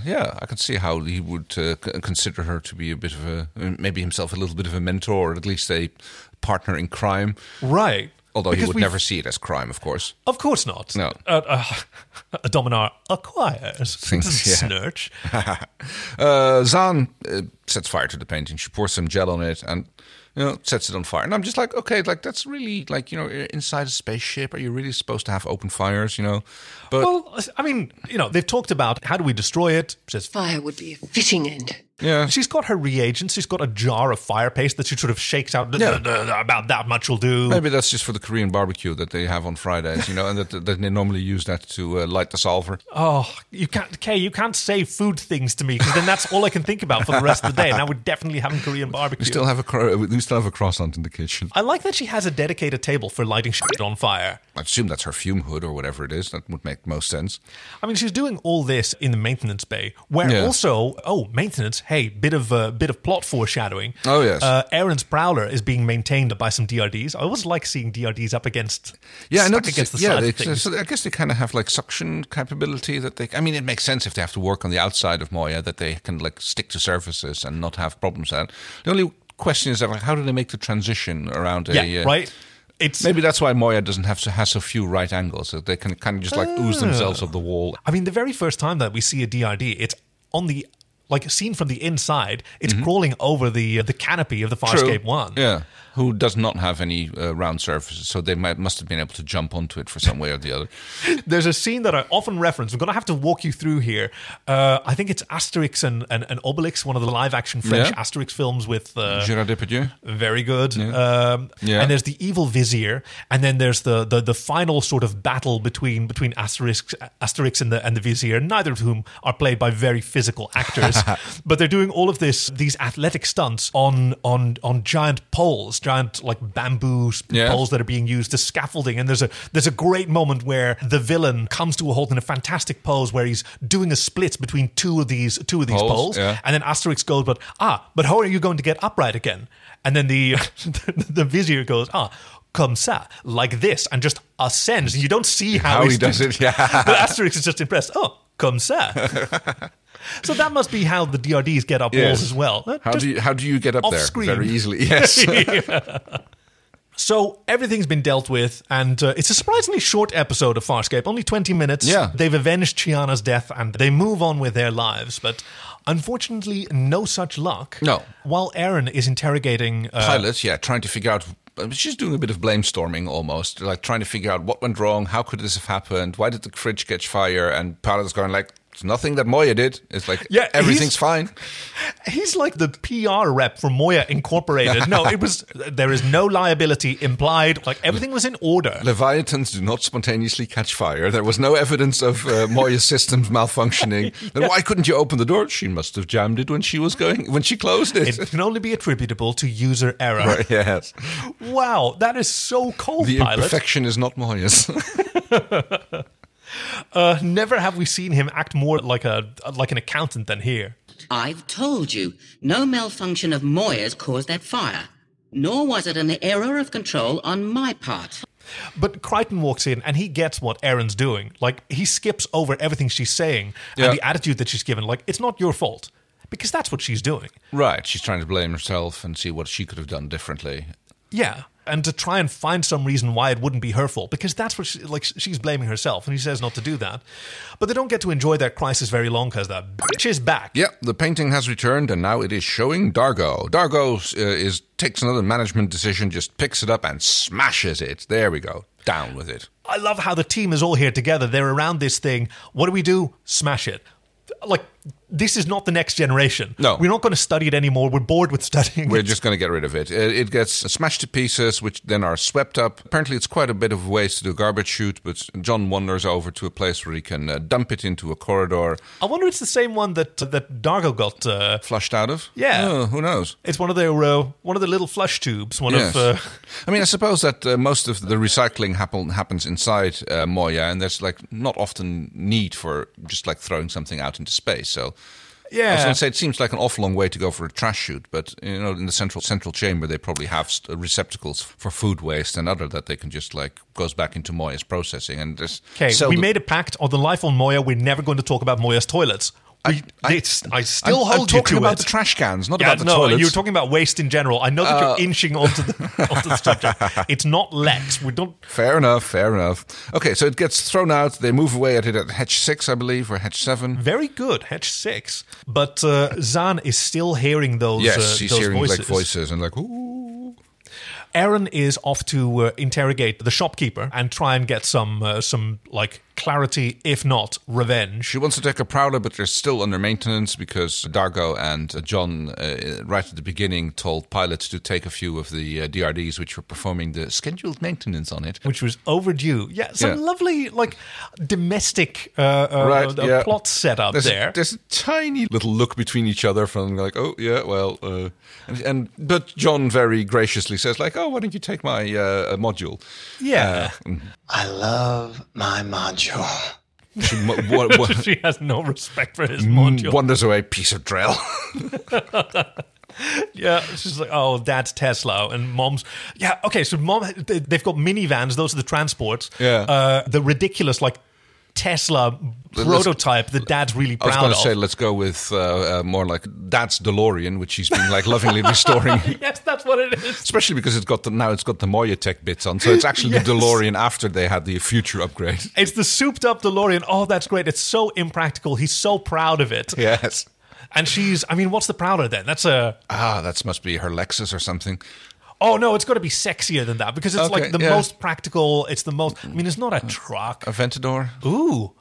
S1: Gianna, yeah, I could see how he would uh, c- consider her to be a bit of a, maybe himself a little bit of a mentor, or at least a partner in crime.
S2: Right.
S1: Although
S2: Because
S1: he would
S2: we've-
S1: never see it as crime, of course.
S2: Of course not.
S1: No.
S2: Uh, uh, a Dominar acquires.
S1: Things, yeah.
S2: Snurch.
S1: Uh, Zahn uh, sets fire to the painting. She pours some gel on it and you know sets it on fire. And I'm just like, okay, like that's really like you know inside a spaceship. Are you really supposed to have open fires? You know, but
S2: Well, I mean, you know, they've talked about how do we destroy it. She says,
S8: Fire would be a fitting end.
S1: yeah,
S2: She's got her reagents. She's got a jar of fire paste that she sort of shakes out. "Duh,
S1: Yeah. Um,
S2: duh, duh, About that much will do.
S1: Maybe that's just for the Korean barbecue that they have on Fridays, you know, and that, that they normally use that to uh, light the salver.
S2: Oh, you can't, Kay. You can't say food things to me because then that's all I can think about for the rest of the day. And I would definitely have Korean barbecue.
S1: We still have a cro- we still have a croissant in the kitchen.
S2: I like that she has a dedicated table for lighting shit on fire.
S1: I assume that's her fume hood or whatever it is. That would make most sense.
S2: I mean, she's doing all this in the maintenance bay, where
S1: Yeah.
S2: also, oh, maintenance. Hey, bit of uh, bit of plot foreshadowing.
S1: Oh, yes.
S2: uh, Aaron's prowler is being maintained by some DRDs. I always like seeing DRDs up against,
S1: Yeah, I
S2: stuck
S1: noticed.
S2: against
S1: it.
S2: the
S1: yeah,
S2: side
S1: they-
S2: of things.
S1: so I guess they kind of have like suction capability that they. I mean, it makes sense if they have to work on the outside of Moya that they can like stick to surfaces and not have problems. That the only question is that like, how do they make the transition around a
S2: yeah,
S1: uh,
S2: right. It's
S1: Maybe that's why Moya doesn't have to has so few right angles that they can kind of just like ooze themselves up the wall.
S2: I mean, the very first time that we see a DRD, it's on the like seen from the inside. It's crawling over the the canopy of the Farscape One.
S1: Mm-hmm. Yeah, who does not have any uh, round surfaces, so they might, must have been able to jump onto it for some way or the other.
S2: There's a scene that I often reference. I'm going to have to walk you through here. Uh, I think it's Asterix and, and, and Obelix, one of the live action French
S1: Yeah.
S2: Asterix films with. Uh,
S1: Gérard Depardieu.
S2: very good. Um,
S1: Yeah.
S2: And there's the evil vizier, and then there's the, the the final sort of battle between between Asterix Asterix and the and the vizier. Neither of whom are played by very physical actors, but they're doing all of this these athletic stunts on on on giant poles, giant like bamboo s-
S1: Yeah.
S2: poles that are being used as scaffolding. And there's a there's a great moment where the villain comes to a halt in a fantastic pose where he's doing a split between two of these two of these
S1: Poles,
S2: poles,
S1: yeah.
S2: and then Asterix goes, but ah, but how are you going to get upright again? And then the the, vizier goes, ah, comme ça, like this, and just ascends. You don't see how,
S1: How he
S2: he's
S1: does
S2: doing-
S1: it, yeah.
S2: But Asterix is just impressed. Oh, comme ça. so that must be how the DRDs get up
S1: Yes.
S2: walls as well. Uh,
S1: How
S2: just-
S1: do you how do you get up
S2: off
S1: there
S2: screen.
S1: very easily? Yes.
S2: So everything's been dealt with, and uh, it's a surprisingly short episode of Farscape. Only 20 minutes.
S1: Yeah.
S2: They've avenged Chiana's death, and they move on with their lives. But unfortunately, no such luck.
S1: No.
S2: While Aaron is interrogating... Uh,
S1: pilot, yeah, trying to figure out. uh, She's doing a bit of blame storming almost, like trying to figure out what went wrong, how could this have happened, why did the fridge catch fire, and pilot's going like, it's nothing that Moya did. It's like,
S2: Yeah,
S1: everything's
S2: he's-
S1: fine.
S2: He's like the PR rep for Moya Incorporated. No, it was... There is no liability implied. Like, everything was in order.
S1: Leviathans do not spontaneously catch fire. There was no evidence of uh, Moya's systems malfunctioning. Then why couldn't you open the door? She must have jammed it when she was going when she closed it.
S2: It can only be attributable to user error.
S1: Right, yes,
S2: Wow, that is so cold,
S1: the
S2: Pilot.
S1: imperfection is not Moya's.
S2: Uh, never have we seen him act more like a like an accountant than here.
S10: I've told you, no malfunction of Moyer's caused that fire. Nor was it an error of control on my part.
S2: But Crichton walks in and he gets what Aaron's doing. Like he skips over everything she's saying
S1: Yeah.
S2: and the attitude that she's given. Like it's not your fault because that's what she's doing.
S1: right, she's trying to blame herself and see what she could have done differently.
S2: Yeah, and to try and find some reason why it wouldn't be her fault because that's what she, like she's blaming herself and he says not to do that. But they don't get to enjoy their crisis very long because the bitch is back.
S1: Yeah, the painting has returned, and now it is showing Dargo. Dargo uh, is takes another management decision, just picks it up and smashes it. There we go, down with it.
S2: I love how the team is all here together. They're around this thing. What do we do? Smash it. Like, this is not the next generation.
S1: No.
S2: We're not going to study it anymore. We're bored with studying
S1: We're
S2: it.
S1: just going to get rid of it. Uh, It gets smashed to pieces, which then are swept up. Apparently, it's quite a bit of a ways to do a garbage chute, but John wanders over to a place where he can uh, dump it into a corridor
S2: I wonder if it's the same one that that Dargo got. Uh,
S1: flushed out of.
S2: Yeah.
S1: Oh, who knows?
S2: it's one of their uh, one of the little flush tubes. One
S1: Yes.
S2: of uh,
S1: I mean, I suppose that uh, most of the recycling happen- happens inside uh, Moya, and there's like not often need for just like throwing something out into space. So I was
S2: Yeah.
S1: going to say it seems like an awful long way to go for a trash chute, but you know, in the central central chamber, they probably have st- uh, receptacles for food waste and other that they can just like goes back into Moya's processing and just
S2: Okay,
S1: sell
S2: we
S1: the-
S2: made a pact on the life on Moya. We're never going to talk about Moya's toilets. We, I, I still
S1: I'm- I'm
S2: hold you
S1: talking
S2: to
S1: about
S2: it.
S1: the trash cans, not
S2: Yeah,
S1: about the
S2: no,
S1: toilets.
S2: you're talking about waste in general. I know that
S1: Uh,
S2: you're inching onto the, onto the subject. It's not Lex. We don't.
S1: Fair enough, fair enough. Okay, so it gets thrown out. They move away at it at Hatch 6, I believe, or Hatch 7.
S2: Very good, Hedge six. But uh, Zan is still hearing those.
S1: yes,
S2: uh,
S1: he's
S2: those
S1: hearing
S2: voices.
S1: like voices and like, ooh.
S2: Aaron is off to uh, interrogate the shopkeeper and try and get some uh, some like clarity, if not revenge.
S1: She wants to take a prowler, but they're still under maintenance because Dargo and uh, John, uh, right at the beginning, told pilots to take a few of the uh, DRDs which were performing the scheduled maintenance on it.
S2: Which was overdue. Yeah, some
S1: Yeah.
S2: lovely like domestic uh, uh, uh,
S1: yeah.
S2: plot setup
S1: there's
S2: there.
S1: A, there's a tiny little look between each other from like, oh yeah, well, uh, and, and but John very graciously says like, oh, why don't you take my uh, module?
S2: yeah,
S1: uh,
S9: I love my module.
S1: She mo- wa- wa-
S2: she has no respect for
S1: Mm.
S2: his module.
S1: wanders away, piece of drill.
S2: Yeah, she's like, oh, dad's Tesla, and mom's. Yeah, okay, so mom, they- they've got minivans. Those are the transports.
S1: Yeah.
S2: uh, the ridiculous like Tesla prototype that dad's really
S1: I was
S2: proud
S1: going
S2: of.
S1: to say, let's go with uh, uh, more like Dad's DeLorean, which he's been like lovingly restoring.
S2: yes, that's what it is.
S1: Especially because it's got the now it's got the Moya Tech bits on, so it's actually
S2: Yes.
S1: the DeLorean after they had the future upgrade.
S2: It's the souped up DeLorean. Oh, that's great. It's so impractical. He's so proud of it.
S1: Yes.
S2: And she's, I mean, what's the prouder then? That's a,
S1: Ah, that must be her Lexus or something.
S2: oh no, it's got to be sexier than that because it's
S1: Okay,
S2: like the
S1: yeah. Mm. Uh,
S2: most practical. It's the most, I mean, it's not a truck.
S1: Aventador.
S2: Ooh,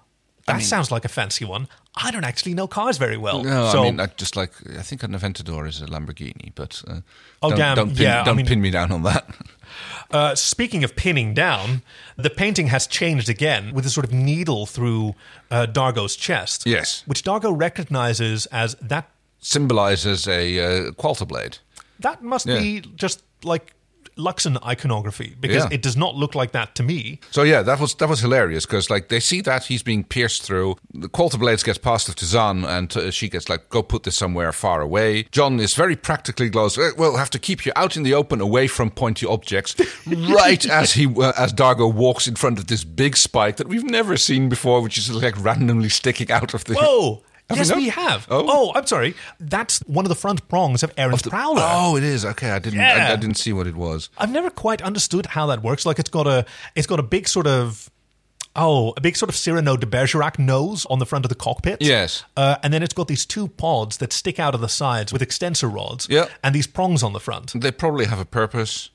S2: that sounds like a fancy one. I don't actually know cars very well.
S1: No,
S2: so,
S1: I mean, I just like I think an Aventador is a Lamborghini, but uh,
S2: Oh,
S1: don't,
S2: damn,
S1: don't, pin,
S2: yeah, I
S1: don't
S2: mean-
S1: pin me down on that.
S2: uh, speaking of pinning down, the painting has changed again with a sort of needle through uh, Dargo's chest.
S1: Yes.
S2: Which Dargo recognizes as that,
S1: Symbolizes a uh, Qualter blade.
S2: that must be just like Luxon iconography because
S1: Yeah.
S2: it does not look like that to me.
S1: So yeah, that was that was hilarious because like they see that he's being pierced through. The Qualter Blades gets passed off to Zan, and uh, she gets like, "Go put this somewhere far away." John is very practically goes, "Eh, "We'll have to keep you out in the open, away from pointy objects." right as he uh, as Dargo walks in front of this big spike that we've never seen before, which is like randomly sticking out of the.
S2: Whoa!
S1: Have we
S2: Oh, yes,
S1: not?
S2: we, have.
S1: Oh.
S2: Oh. I'm sorry. That's one of the front prongs of Aaron's Prowler.
S1: Oh, it is okay. I didn't. I,
S2: Yeah.
S1: I didn't see what it was.
S2: I've never quite understood how that works. Like it's got a it's got a big sort of oh a big sort of Cyrano de Bergerac nose on the front of the cockpit.
S1: Yes.
S2: uh, and then it's got these two pods that stick out of the sides with extensor rods.
S1: Yeah.
S2: and these prongs on the front.
S1: They probably have a purpose.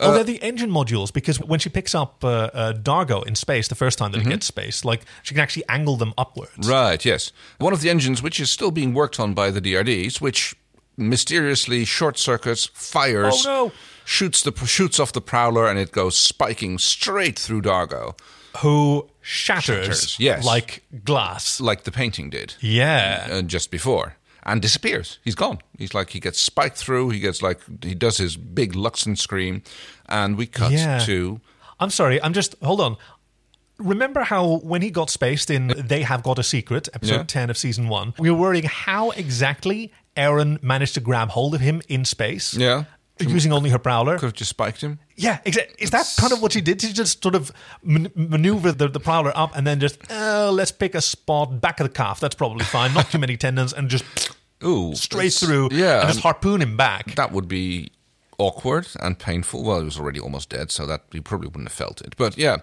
S2: oh, they're the engine modules because when she picks up uh, uh, Dargo in space the first time that
S1: Mm-hmm.
S2: it gets space, like she can actually angle them upwards.
S1: Right, yes. One of the engines, which is still being worked on by the DRDs, which mysteriously short circuits, fires,
S2: Oh, no.
S1: shoots the shoots off the prowler, and it goes spiking straight through Dargo,
S2: Who shatters,
S1: Shatters, yes.
S2: like glass.
S1: like the painting did
S2: Yeah.
S1: uh, just before, and disappears. He's gone. He's like he gets spiked through. He gets like he does his big Luxon scream, and we cut
S2: Yeah.
S1: to
S2: I'm sorry. I'm just hold on. Remember how when he got spaced in They Have Got a Secret, episode
S1: Yeah.
S2: 10 of season 1, we were worrying how exactly Aaron managed to grab hold of him in space?
S1: Yeah.
S2: Using only her prowler.
S1: could have just spiked him.
S2: Yeah, exa- is that kind of what she did? She just sort of man- maneuver the, the prowler up and then just, oh, let's pick a spot back of the calf. That's probably fine. Not too many tendons and just
S1: Ooh,
S2: straight
S1: it's-
S2: through
S1: Yeah,
S2: and just
S1: and-
S2: harpoon him back.
S1: that would be awkward and painful. Well, he was already almost dead, so that he probably wouldn't have felt it. But yeah,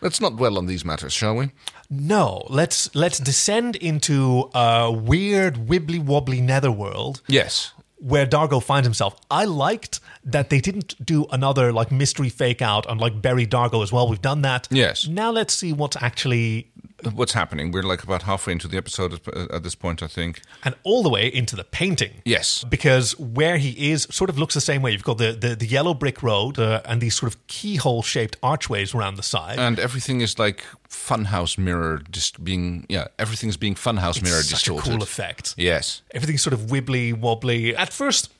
S1: let's not dwell on these matters, shall we?
S2: No, let's let's descend into a weird wibbly wobbly netherworld
S1: Yes.
S2: where Dargo finds himself. I liked that they didn't do another like mystery fake out and like bury Dargo as well. We've done that.
S1: Yes.
S2: Now let's see what's actually
S1: What's happening? We're like about halfway into the episode at- uh, at this point, I think.
S2: and all the way into the painting.
S1: Yes.
S2: Because where he is sort of looks the same way. You've got the the, the yellow brick road uh, and these sort of keyhole shaped archways around the side.
S1: And everything is like funhouse mirror, just being yeah, everything's being funhouse mirror
S2: Such a
S1: distorted.
S2: cool effect.
S1: Yes.
S2: Everything's sort of wibbly wobbly. At first,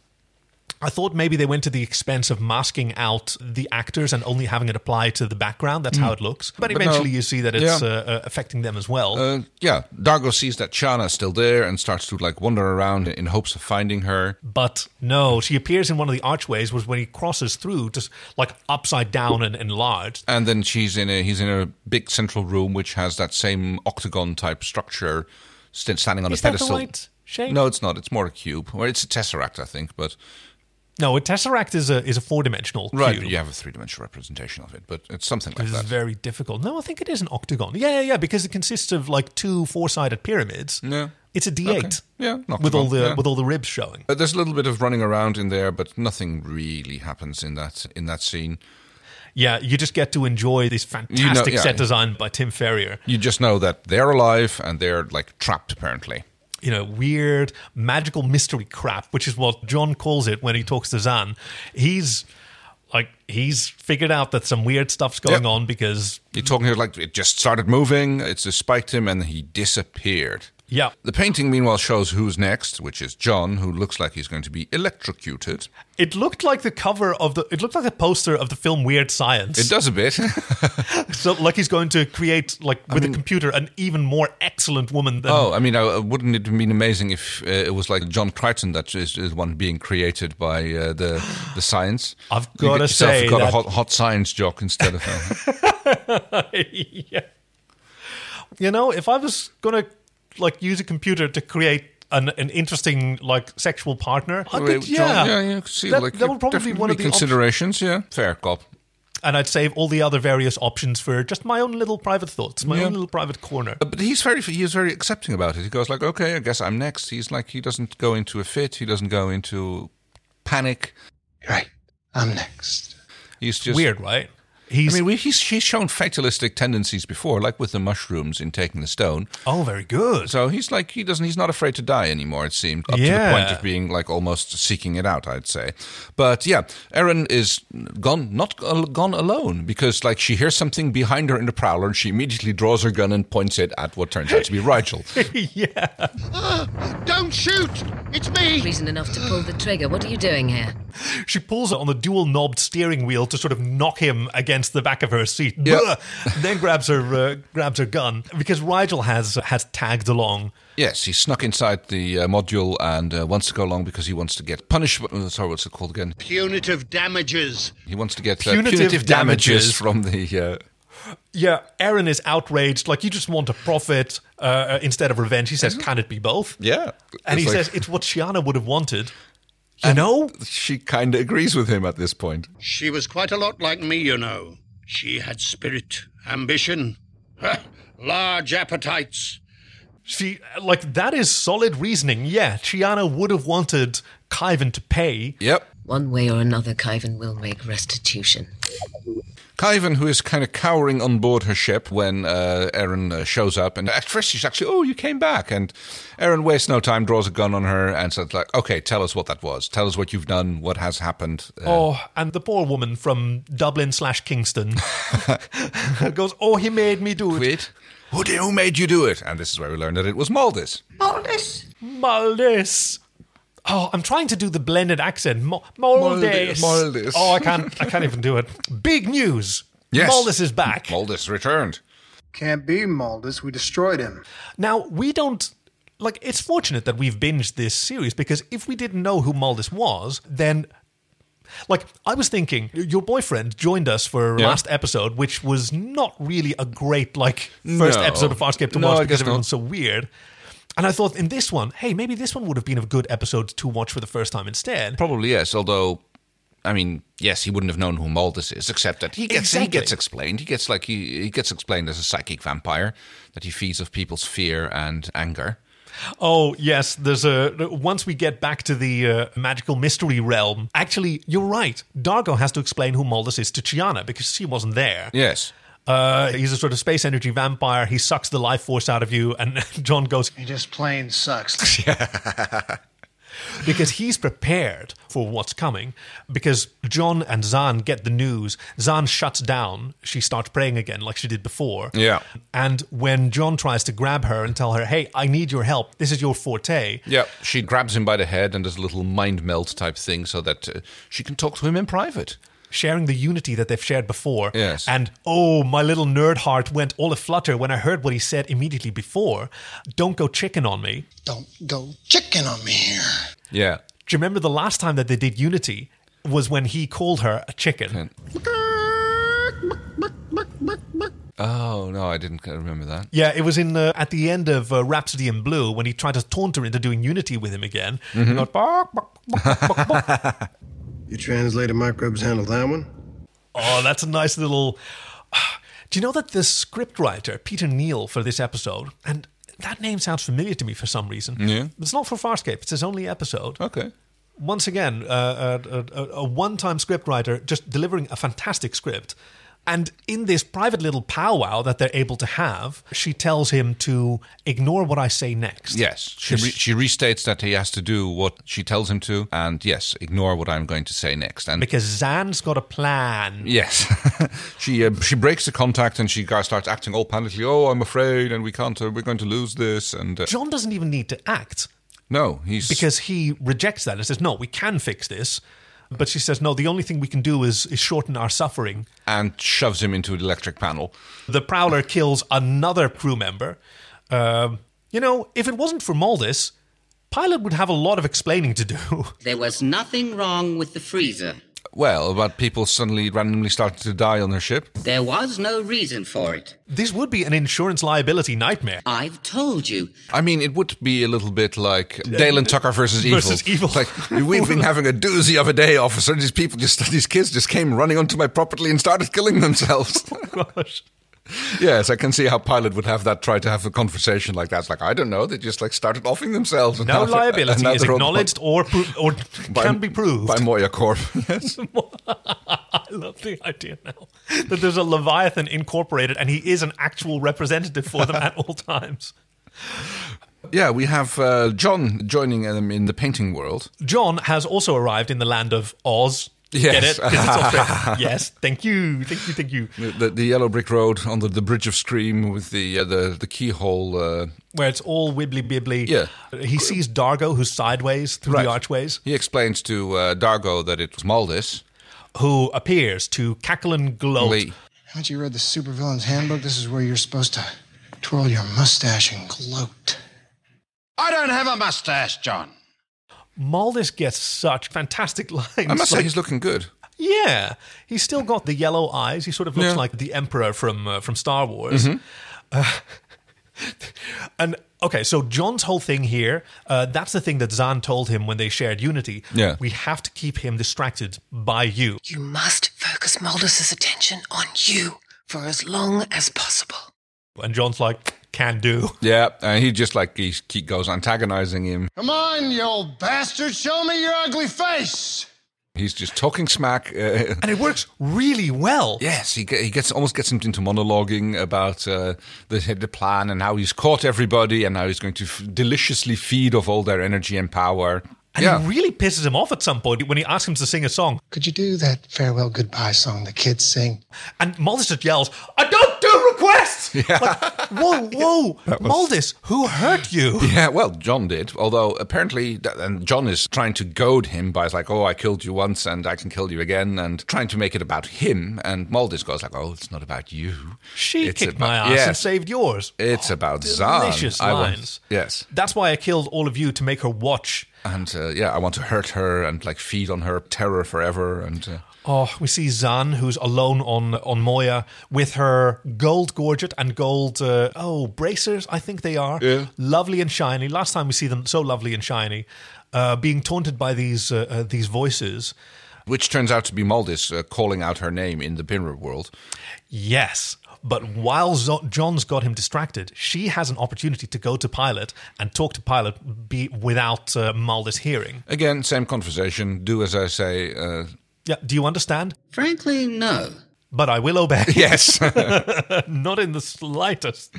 S2: I thought maybe they went to the expense of masking out the actors and only having it apply to the background. That's how it looks. But,
S1: Hmm. But
S2: eventually
S1: no.
S2: you see that it's
S1: Yeah.
S2: uh, uh, affecting them as well.
S1: Uh, yeah, Dargo sees that Chana's still there and starts to like wander around in hopes of finding her.
S2: but no, she appears in one of the archways, was when he crosses through, just like upside down and enlarged.
S1: And then she's in a he's in a big central room which has that same octagon type structure st- standing on
S2: Is
S1: a
S2: that the
S1: pedestal.
S2: right shape?
S1: No, it's not. It's more a cube. Or it's a tesseract, I think. But
S2: No, a tesseract is a is a four dimensional
S1: right,
S2: cube.
S1: you have a three dimensional representation of it. But it's something like
S2: This is
S1: that.
S2: very difficult. No, I think it is an octagon. Yeah, yeah, yeah, because it consists of like two four-sided pyramids.
S1: Yeah.
S2: It's a D8.
S1: Okay. Yeah, an
S2: with all
S1: octagon,
S2: the
S1: yeah.
S2: with all the ribs showing.
S1: Uh, There's a little bit of running around in there, but nothing really happens in that in that scene.
S2: Yeah, you just get to enjoy this fantastic
S1: yeah.
S2: set design by Tim Ferrier.
S1: You just know that they're alive and they're like trapped apparently.
S2: You know, weird magical mystery crap, which is what John calls it when he talks to Zan. He's like he's figured out that some weird stuff's going
S1: Yeah.
S2: on because
S1: You're talking like it just started moving. It just spiked him, and he disappeared.
S2: yeah,
S1: The painting, meanwhile, shows who's next, which is John, who looks like he's going to be electrocuted.
S2: it looked like the cover of the it looked like the poster of the film Weird Science.
S1: It does a bit.
S2: So, like, he's going to create, like, with a computer, an even more excellent woman than.
S1: oh, I mean, uh, wouldn't it have been amazing if uh, it was like John Crichton that is, is one being created by uh, the the science?
S2: I've
S1: You
S2: gotta
S1: get yourself
S2: say
S1: got
S2: that-
S1: a hot, hot science jock instead of. Uh,
S2: yeah. You know, if I was going to, like, use a computer to create an, an interesting, like, sexual partner, I
S1: John-
S2: could, yeah.
S1: yeah, you could see
S2: that,
S1: like
S2: that would probably be
S1: definitely
S2: one of the options.
S1: considerations. Yeah, fair cop.
S2: And I'd save all the other various options for just my own little private thoughts, my own little private corner.
S1: Uh, But he's very he is very accepting about it. He goes like, "Okay, I guess I'm next." He's like, he doesn't go into a fit. He doesn't go into panic.
S9: Right. I'm next.
S1: He's just
S2: Weird, right? He's.
S1: I mean, we, he's she's shown fatalistic tendencies before, like with the mushrooms in Taking the Stone.
S2: oh, very good.
S1: So he's like, he doesn't, he's not afraid to die anymore. It seemed up to
S2: Yeah.
S1: the point of being like almost seeking it out. I'd say, but yeah, Erin is gone, not al- gone alone because like she hears something behind her in the prowler, and she immediately draws her gun and points it at what turns out to be Rigel.
S2: yeah.
S3: Don't shoot! It's me!
S11: Reason enough to pull the trigger. What are you doing here?
S2: She pulls on the dual knobbed steering wheel to sort of knock him against the back of her seat.
S1: Yeah.
S2: Blah! then grabs her uh, grabs her gun because Rigel has has tagged along.
S1: Yes, he snuck inside the uh, module and uh, wants to go along because he wants to get punished. uh, Sorry, what's it called again?
S3: Punitive damages.
S1: He wants to get uh,
S2: Punitive
S1: punitive, damages.
S2: damages.
S1: from the. Uh,
S2: Yeah, Aaron is outraged. Like you just want a profit uh, uh, instead of revenge. He says, "Can it be both?"
S1: yeah,
S2: and
S1: It's
S2: he
S1: like-
S2: says it's what Shiana would have wanted. You know,
S1: she kind of agrees with him at this point.
S3: She was quite a lot like me, you know. She had spirit, ambition, large appetites.
S2: she like that is solid reasoning. Yeah, Shiana would have wanted Kyvan to pay.
S1: Yep.
S11: One way or another, Kyvan will make restitution.
S1: Kyvan, who is kind of cowering on board her ship when uh, Aaron uh, shows up, and at first she's actually, oh, you came back. And Aaron wastes no time, draws a gun on her, and says, like, okay, tell us what that was. Tell us what you've done, what has happened. Uh,
S2: Oh, and the poor woman from Dublin slash Kingston goes, "Oh, he made me do it."
S1: Quit. Who, did, who made you do it? And this is where we learn that it was Maldis.
S4: Maldus.
S2: Maldis. Oh, I'm trying to do the blended accent. Mo- Maldis.
S1: Maldis.
S2: Oh, I can't. I can't even do it. Big news.
S1: Yes.
S2: Maldis is back.
S1: Maldis returned.
S5: Can't be Maldus. We destroyed him.
S2: now we don't. Like, it's fortunate that we've binged this series because if we didn't know who Maldis was, then. Like, I was thinking, your boyfriend joined us for
S1: Yeah.
S2: last episode, which was not really a great, like, first
S1: No.
S2: episode of Farscape to
S1: No,
S2: watch
S1: I
S2: because
S1: guess not.
S2: everyone's so weird. And I thought in this one, hey, maybe this one would have been a good episode to watch for the first time instead.
S1: Probably yes, although I mean, yes, he wouldn't have known who Maldus is, except that he gets he
S2: Exactly.
S1: gets explained. He gets like he, he gets explained as a psychic vampire that he feeds off people's fear and anger.
S2: Oh yes, there's a. Once we get back to the uh, magical mystery realm, actually, you're right. Dargo has to explain who Maldus is to Chiana because she wasn't there.
S1: Yes.
S2: Uh, he's a sort of space energy vampire. He sucks the life force out of you, and John goes,
S5: He just plain sucks.
S2: because he's prepared for what's coming. Because John and Zan get the news. Zan shuts down. She starts praying again, like she did before.
S1: Yeah.
S2: And when John tries to grab her and tell her, hey, I need your help, this is your forte,
S1: Yeah, she grabs him by the head and does a little mind melt type thing so that uh, she can talk to him in private.
S2: sharing the unity that they've shared before.
S1: Yes.
S2: And oh, my little nerd heart went all aflutter when I heard what he said immediately before. Don't go chicken on me.
S9: Don't go chicken on me here.
S1: Yeah.
S2: Do you remember the last time that they did unity was when he called her a chicken?
S1: Oh, no, I didn't remember that.
S2: Yeah, it was in uh, at the end of uh, Rhapsody in Blue when he tried to taunt her into doing unity with him again.
S12: Mhm.
S2: Not, "Bark, bark, bark, bark, bark."
S12: Your translator microbes handled that one?
S2: Oh, that's a nice little. Do you know that this scriptwriter, Peter Neal, for this episode, and that name sounds familiar to me for some reason.
S1: Yeah.
S2: It's not for Farscape, it's his only episode.
S1: Okay.
S2: Once again, uh, a, a, a one time scriptwriter just delivering a fantastic script. And in this private little powwow that they're able to have, she tells him to ignore what I say next.
S1: Yes, she, re- she restates that he has to do what she tells him to, and yes, ignore what I'm going to say next. And
S2: Because Zan's got a plan.
S1: Yes, she uh, she breaks the contact and she uh, starts acting all panically. Oh, I'm afraid, and we can't. Uh, we're going to lose this. And uh,
S2: John doesn't even need to act.
S1: No, he's
S2: because he rejects that and says, "No, we can fix this." But she says, "No, the only thing we can do is, is shorten our suffering."
S1: and shoves him into an electric panel.
S2: The Prowler kills another crew member. Um, you know, if it wasn't for Maldus, Pilot would have a lot of explaining to do.
S10: There was nothing wrong with the freezer.
S1: Well, but people suddenly randomly started to die on their ship.
S10: There was no reason for it.
S2: This would be an insurance liability nightmare.
S1: Oh,
S10: I've told you.
S1: I mean, it would be a little bit like Dalen Tucker versus Evil.
S2: Versus Evil.
S1: Like we've been having a doozy of a day, officer. These people just, these kids just came running onto my property and started killing themselves.
S2: Oh, Gosh.
S1: Yes, I can see how Pilot would have that try to have a conversation like that. It's like I don't know, they just like started offing themselves. and
S2: No
S1: now- and
S2: liability
S1: now
S2: is
S1: they're all-
S2: acknowledged or pro- or
S1: By-
S2: can be proved.
S1: by Moya Corp.
S2: I love the idea now that there's a Leviathan incorporated, and he is an actual representative for them at all times.
S1: yeah, we have uh, John joining them in the painting world.
S2: John has also arrived in the land of Oz. Get
S1: Yes.
S2: it? 'Cause it's Australia. yes. Thank you. Thank you. Thank you.
S1: The, the, the yellow brick road under the bridge of Scream with the uh, the, the keyhole. Uh,
S2: Where it's all wibbly bibbly.
S1: Yeah.
S2: He sees Dargo, who's sideways through the archways,
S1: he explains to uh, Dargo that it was Maldus.
S2: who appears to cackle and gloat.
S9: Haven't you read the supervillain's handbook? This is where you're supposed to twirl your mustache and gloat.
S3: I don't have a mustache, John.
S2: Maldus gets such fantastic lines.
S1: I must say
S2: like-
S1: he's looking good.
S2: Yeah, he's still got the yellow eyes. He sort of looks
S1: Yeah. Mm-hmm.
S2: like the Emperor from uh, from Star Wars. Uh, and okay, so John's whole thing here—that's the thing that Zan told him when they shared unity.
S1: Yeah.
S2: we have to keep him distracted by you.
S8: You must focus Maldus's attention on you for as long as possible.
S2: And John's like, "Can do."
S1: Yeah, and he just like he, he goes antagonizing him.
S5: Come on, you old bastard, show me your ugly face!
S1: He's just talking smack. Uh,
S2: And it works really well.
S1: Yes, he, ge- he gets almost gets him into monologuing about uh, the the plan and how he's caught everybody and how he's going to f- deliciously feed off all their energy and power.
S2: And it really pisses him off at some point when he asks him to sing a song.
S9: Could you do that farewell goodbye song the kids sing?
S2: And Maldus just yells, I don't do requests! Like, whoa, whoa, Maldus, who hurt you?
S1: Yeah, well, John did. Although apparently, th- and John is trying to goad him by it's like, "Oh, I killed you once, and I can kill you again," and trying to make it about him. And Maldis goes like, "Oh, it's not about you.
S2: She
S1: It's
S2: kicked
S1: about-
S2: my ass and
S1: yes.
S2: saved yours.
S1: It's about Zahn.
S2: Delicious
S1: I want-
S2: lines.
S1: yes,
S2: That's why I killed all of you to make her watch.
S1: and uh, yeah, I want to hurt her and like feed on her terror forever. And uh,
S2: Oh, we see Zan, who's alone on on Moya with her gold gorget and gold uh, oh bracers, I think they are.
S1: Yeah.
S2: Lovely and shiny. Last time we see them, so lovely and shiny, uh, being taunted by these uh, uh, these voices.
S1: which turns out to be Maldis uh, calling out her name in the Binra world.
S2: Yes, but while Zo- John's got him distracted, she has an opportunity to go to Pilot and talk to Pilot be- without uh, Mulder's hearing.
S1: Again, same conversation. Do as I say. Uh,
S2: Yeah, do you understand?
S10: Frankly, no.
S2: But I will obey.
S1: Yes.
S2: Not in the slightest.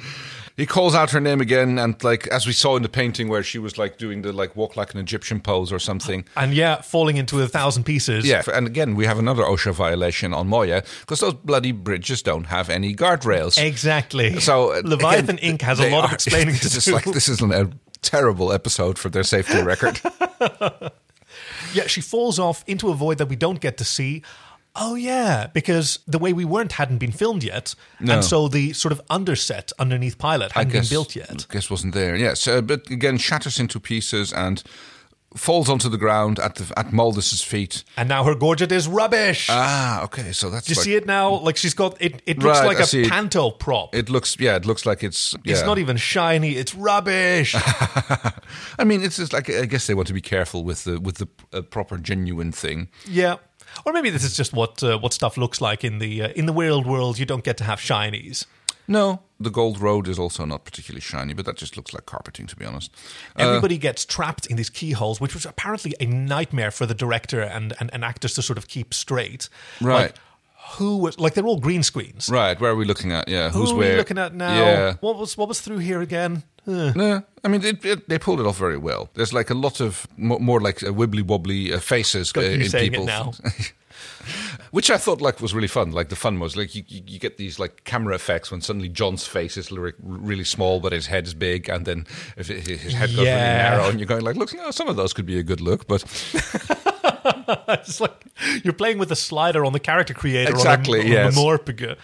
S1: He calls out her name again, and like as we saw in the painting where she was like doing the like walk like an Egyptian pose or something.
S2: And yeah, falling into a thousand pieces.
S1: Yeah, and again we have another OSHA violation on Moya because those bloody bridges don't have any guardrails.
S2: Exactly.
S1: So uh,
S2: Leviathan
S1: again,
S2: Inc. has a
S1: they
S2: lot of
S1: are-
S2: explaining to
S1: this is
S2: do.
S1: like this is an- a terrible episode for their safety record.
S2: Yeah, she falls off into a void that we don't get to see. Oh yeah, because the way we weren't hadn't been filmed yet,
S1: No.
S2: and so the sort of underset underneath pilot hadn't been built yet.
S1: Guess wasn't there. Yeah. So, but again, shatters into pieces and falls onto the ground at the, at Maldus's feet.
S2: And now her gorget is rubbish.
S1: Ah, okay. So that's
S2: Do you
S1: like-
S2: see it now? Like she's got it. It looks
S1: Right, I
S2: like
S1: see
S2: a
S1: it.
S2: panto prop.
S1: It looks yeah. It looks like it's yeah.
S2: It's not even shiny. It's rubbish.
S1: I mean, it's just like I guess they want to be careful with the with the uh, proper genuine thing.
S2: yeah. Or maybe this is just what uh, what stuff looks like in the uh, in the real world. You don't get to have shinies.
S1: No, the gold road is also not particularly shiny, but that just looks like carpeting, to be honest. Uh,
S2: Everybody gets trapped in these keyholes, which was apparently a nightmare for the director and, and, and actors to sort of keep straight.
S1: right,
S2: Like, who was like they're all green screens.
S1: right. Where are we looking at? Yeah,
S2: Who
S1: who's
S2: are we
S1: where?
S2: looking at now?
S1: Yeah,
S2: What was what was through here again? Huh.
S1: No, I mean it, it- they pulled it off very well. There's like a lot of mo- more like uh, wibbly wobbly uh, faces uh,
S2: Got you
S1: in
S2: saying
S1: people,
S2: it now.
S1: which I thought like was really fun. Like the fun was like you, you, you get these like camera effects when suddenly John's face is lyric, really small but his head's big, and then if it- his head goes
S2: Yeah.
S1: really narrow, and you're going like, look, you know, some of those could be a good look, but
S2: it's like you're playing with a slider on the character creator
S1: Exactly,
S2: on the,
S1: yes.
S2: on the Morpg.
S1: Uh,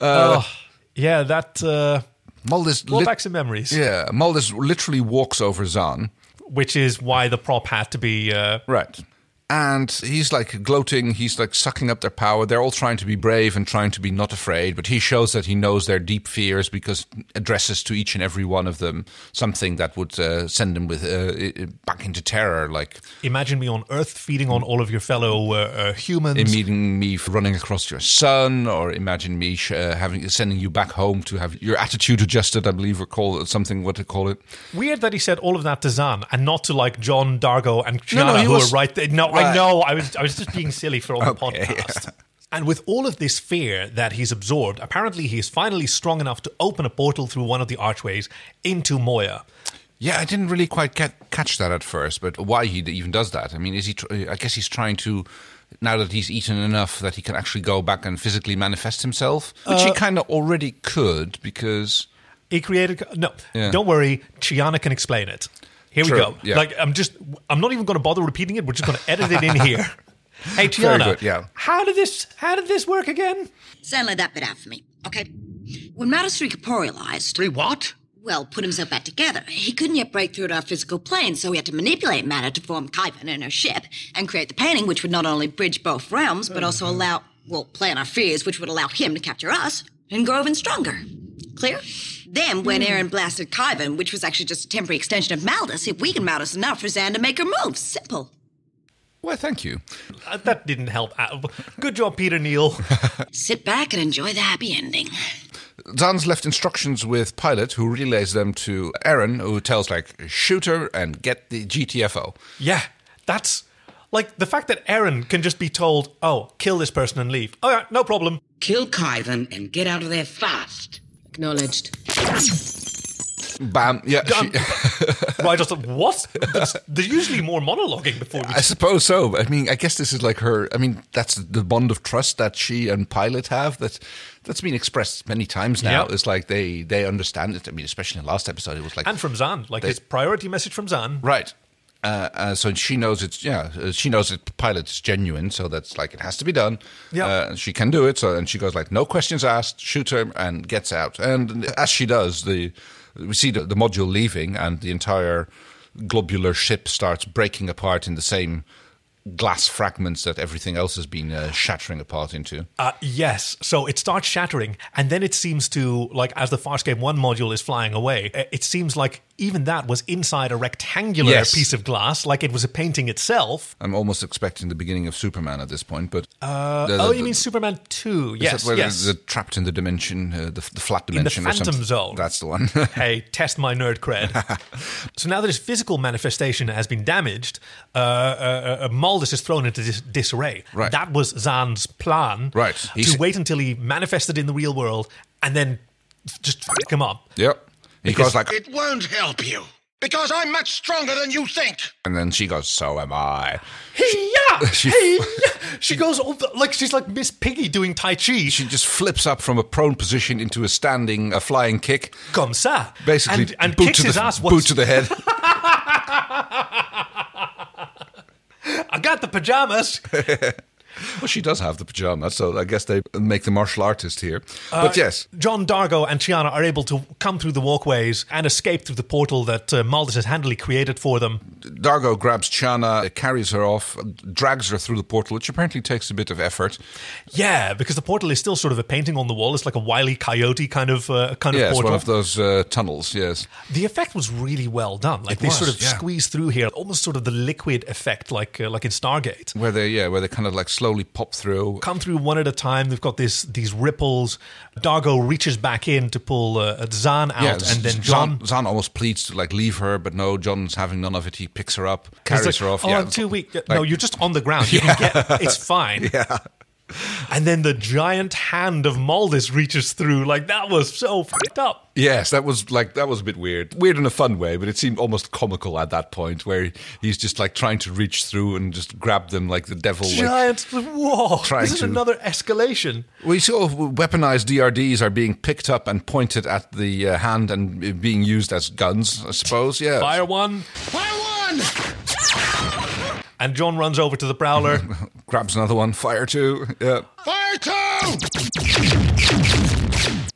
S2: oh, yeah, that uh,
S1: Mulder's
S2: brought
S1: lit-
S2: back some memories.
S1: yeah, Mulder's literally walks over Zahn.
S2: which is why the prop had to be uh,
S1: Right. And he's like gloating, he's like sucking up their power. They're all trying to be brave and trying to be not afraid, but he shows that he knows their deep fears because addresses to each and every one of them something that would uh, send them with uh, i- i- back into terror, like
S2: imagine me on Earth feeding on all of your fellow uh, uh, humans.
S1: imagine me f- running across your sun, or imagine me sh- uh, having sending you back home to have your attitude adjusted. I believe or call it something what they call it.
S2: Weird that he said all of that to Zan and not to like John Dargo and Kiana,
S1: No, no, he
S2: who
S1: was-
S2: were right there. No, I
S1: Right.
S2: know. I was I was just being silly for on the podcast. And with all of this fear that he's absorbed, apparently he is finally strong enough to open a portal through one of the archways into Moya.
S1: Yeah, I didn't really quite get, catch that at first, but why he even does that? I mean, is he? Tr- uh, I guess he's trying to. Now that he's eaten enough, that he can actually go back and physically manifest himself, which he
S2: Uh,
S1: kind of already could because
S2: He created no.
S1: Yeah.
S2: Don't worry, Chiana can explain it. Here
S1: True,
S2: we go.
S1: yeah.
S2: Like I'm just I'm not even going to bother repeating it. We're just going to edit it in here. Hey
S1: Very
S2: Chiana,
S1: good, yeah.
S2: how did this how did this work again?
S13: Settle that bit out for me, okay? When Mattis recorporealized. Re what? Well, put himself back together. He couldn't yet break through to our physical plane, so he had to manipulate matter to form Kyvan and her ship and create the painting, which would not only bridge both realms, but also allow, well, plan our fears, which would allow him to capture us and grow even stronger. Clear? Then, when Aaron blasted Kyvan, which was actually just a temporary extension of Maldus, it weakened Maldus enough for Xan to make her move. Simple.
S1: Why, thank you.
S2: Uh, that didn't help. At, good job, Peter Neal.
S13: Sit back and enjoy the happy ending.
S1: Zan's left instructions with Pilot, who relays them to Aaron, who tells like shoot her and get the GTFO.
S2: Yeah, that's like the fact that Aaron can just be told, "Oh, kill this person and leave." All right, no problem.
S10: Kill Kyvan and get out of there fast.
S11: Acknowledged.
S1: Bam! Yeah, she-
S2: right. Just like, what? That's, there's usually more monologuing before we.
S1: I suppose so. I mean, I guess this is like her. I mean, that's the bond of trust that she and Pilot have. That that's been expressed many times now.
S2: Yep.
S1: It's like they they understand it. I mean, especially in the last episode, it was like
S2: And from Zan, like
S1: They-
S2: his priority message from Zan.
S1: right. Uh, uh, so she knows it's yeah. uh, She knows that Pilot is genuine. So that's like it has to be done.
S2: Yep.
S1: Uh, and she can do it. So and she goes like no questions asked. Shoot her and gets out. And as she does, the we see the, the module leaving and the entire globular ship starts breaking apart in the same glass fragments that everything else has been uh, shattering apart into.
S2: Uh, yes. So it starts shattering, and then it seems to like as the Farscape One module is flying away, i- it seems like even that was inside a rectangular
S1: Yes.
S2: piece of glass, like it was a painting itself.
S1: I'm almost expecting the beginning of Superman at this point, but
S2: Uh,
S1: The- the-
S2: oh, you
S1: the-
S2: mean Superman Two?
S1: Is
S2: Yes.
S1: that where
S2: yes.
S1: they're trapped in the dimension, uh, the, the flat
S2: In the
S1: dimension, or
S2: Phantom
S1: something?
S2: Zone.
S1: That's the one.
S2: hey, test my nerd cred. so now that his physical manifestation has been damaged, uh, uh, uh, Maldus is thrown into dis- disarray.
S1: Right.
S2: That was Zan's plan.
S1: Right. He's-
S2: to wait until he manifested in the real world and then just fuck him up.
S1: Yep. He goes like,
S3: It won't help you. Because I'm much stronger than you think.
S1: and then she goes, "So am I."
S2: Yeah,
S1: She-
S2: hey, yeah. she goes all the, like she's like Miss Piggy doing Tai Chi.
S1: She just flips up from a prone position into a standing, a flying kick.
S2: Comme ça.
S1: Basically,
S2: And- and
S1: boot
S2: kicks
S1: to the,
S2: his ass once.
S1: boot to the head.
S2: I got the pajamas.
S1: well, she does have the pajamas, so I guess they make the martial artist here.
S2: Uh,
S1: but yes,
S2: John Dargo and Chiana are able to come through the walkways and escape through the portal that uh, Maldus has handily created for them.
S1: Dargo grabs Chana, uh, carries her off, drags her through the portal, which apparently takes a bit of effort.
S2: Yeah, because the portal is still sort of a painting on the wall. It's like a wily coyote kind of uh, kind
S1: yes,
S2: of portal.
S1: one of those uh, tunnels. Yes.
S2: the effect was really well done. Like
S1: It
S2: they
S1: was,
S2: sort of
S1: yeah.
S2: squeeze through here, almost sort of the liquid effect, like uh, like in Stargate.
S1: Where they, yeah, where they kind of like slowly pop through.
S2: come through one at a time. They've got this these ripples. Dargo reaches back in to pull uh, Zan out,
S1: Yeah,
S2: and then
S1: Z-
S2: John.
S1: Zahn, Zahn almost pleads to like leave her, but no, John's having none of it. He picks her up,
S2: is
S1: carries
S2: like,
S1: her off.
S2: Oh,
S1: yeah,
S2: I'm too weak.
S1: like-
S2: no, you're just on the ground. You can get, it's fine.
S1: Yeah.
S2: And then the giant hand of Maldus reaches through. Like that was so fucked up.
S1: Yes, that was like that was a bit weird. Weird in a fun way, but it seemed almost comical at that point where he's just like trying to reach through and just grab them like the devil. like-
S2: Giant. Whoa!
S1: Trying
S2: This is
S1: to-
S2: another escalation.
S1: We saw weaponized DRDs are being picked up and pointed at the uh, hand and being used as guns, I suppose. Yeah.
S2: Fire one,
S3: Fire one!
S2: and John runs over to the Prowler.
S1: Grabs another one. Fire two. Yeah.
S3: Fire two!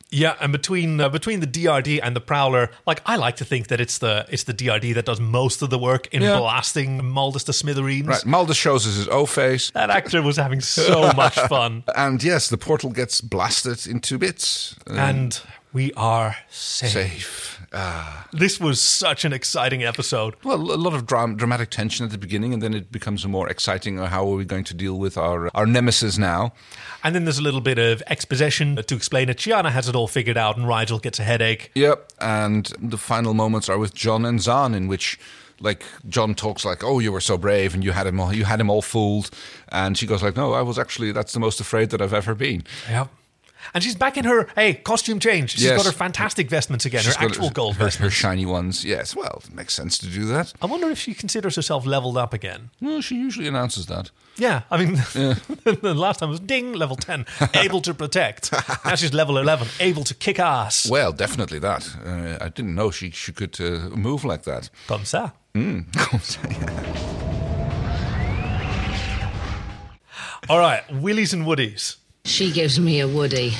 S2: Yeah, and between uh, between the DRD and the Prowler, like I like to think that it's the it's the DRD that does most of the work in
S1: Yeah.
S2: blasting Maldus to smithereens.
S1: Right. Maldus shows us his O face.
S2: That actor was having so much fun,
S1: And yes, the portal gets blasted into bits. Um,
S2: and we are safe.
S1: safe. Ah.
S2: This was such an exciting episode.
S1: Well, a lot of dram- dramatic tension at the beginning, and then it becomes a more exciting. uh, How are we going to deal with our our nemesis now?
S2: And then there's a little bit of exposition to explain it. Chiana has it all figured out, and Rigel gets a headache.
S1: Yep. And the final moments are with John and Zahn, in which like John talks like, "Oh, you were so brave, and you had him all, you had him all fooled," and she goes like, "No, I was actually that's the most afraid that I've ever been."
S2: Yeah. And she's back in her hey costume change. She's
S1: Yes.
S2: got her fantastic vestments again,
S1: She's
S2: her
S1: got
S2: actual gold
S1: her,
S2: vestments.
S1: her shiny ones. Yes, well, it makes sense to do that.
S2: I wonder if she considers herself leveled up again.
S1: Well, she usually announces that.
S2: Yeah, I mean, the last time was ding, level 10, able to protect. Now she's level 11, able to kick ass.
S1: Well, definitely that. Uh, I didn't know she she could uh, move like that.
S2: Comme ça.
S1: Mm.
S2: All right, Willies and Woodies.
S11: She gives me a Woody.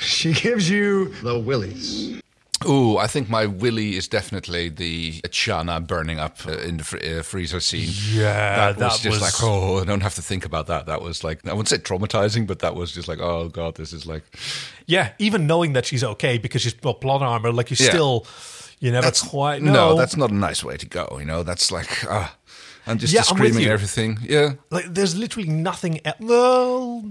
S12: She gives you the willies.
S1: Ooh, I think my Willy is definitely the Chana burning up uh, in the fr- uh, freezer scene.
S2: Yeah,
S1: that was
S2: that
S1: just
S2: was-
S1: like, oh, I don't have to think about that. That was like, I wouldn't say traumatizing, but that was just like, oh god, this is like,
S2: Yeah, even knowing that she's okay because she's got plot armor, like you
S1: Yeah.
S2: still, you never
S1: That's-
S2: quite
S1: no,
S2: know.
S1: that's not a nice way to go. You know, that's like, ah, and just
S2: Yeah,
S1: the
S2: I'm with
S1: screaming and
S2: you.
S1: everything. Yeah,
S2: Like, there's literally nothing else. Well,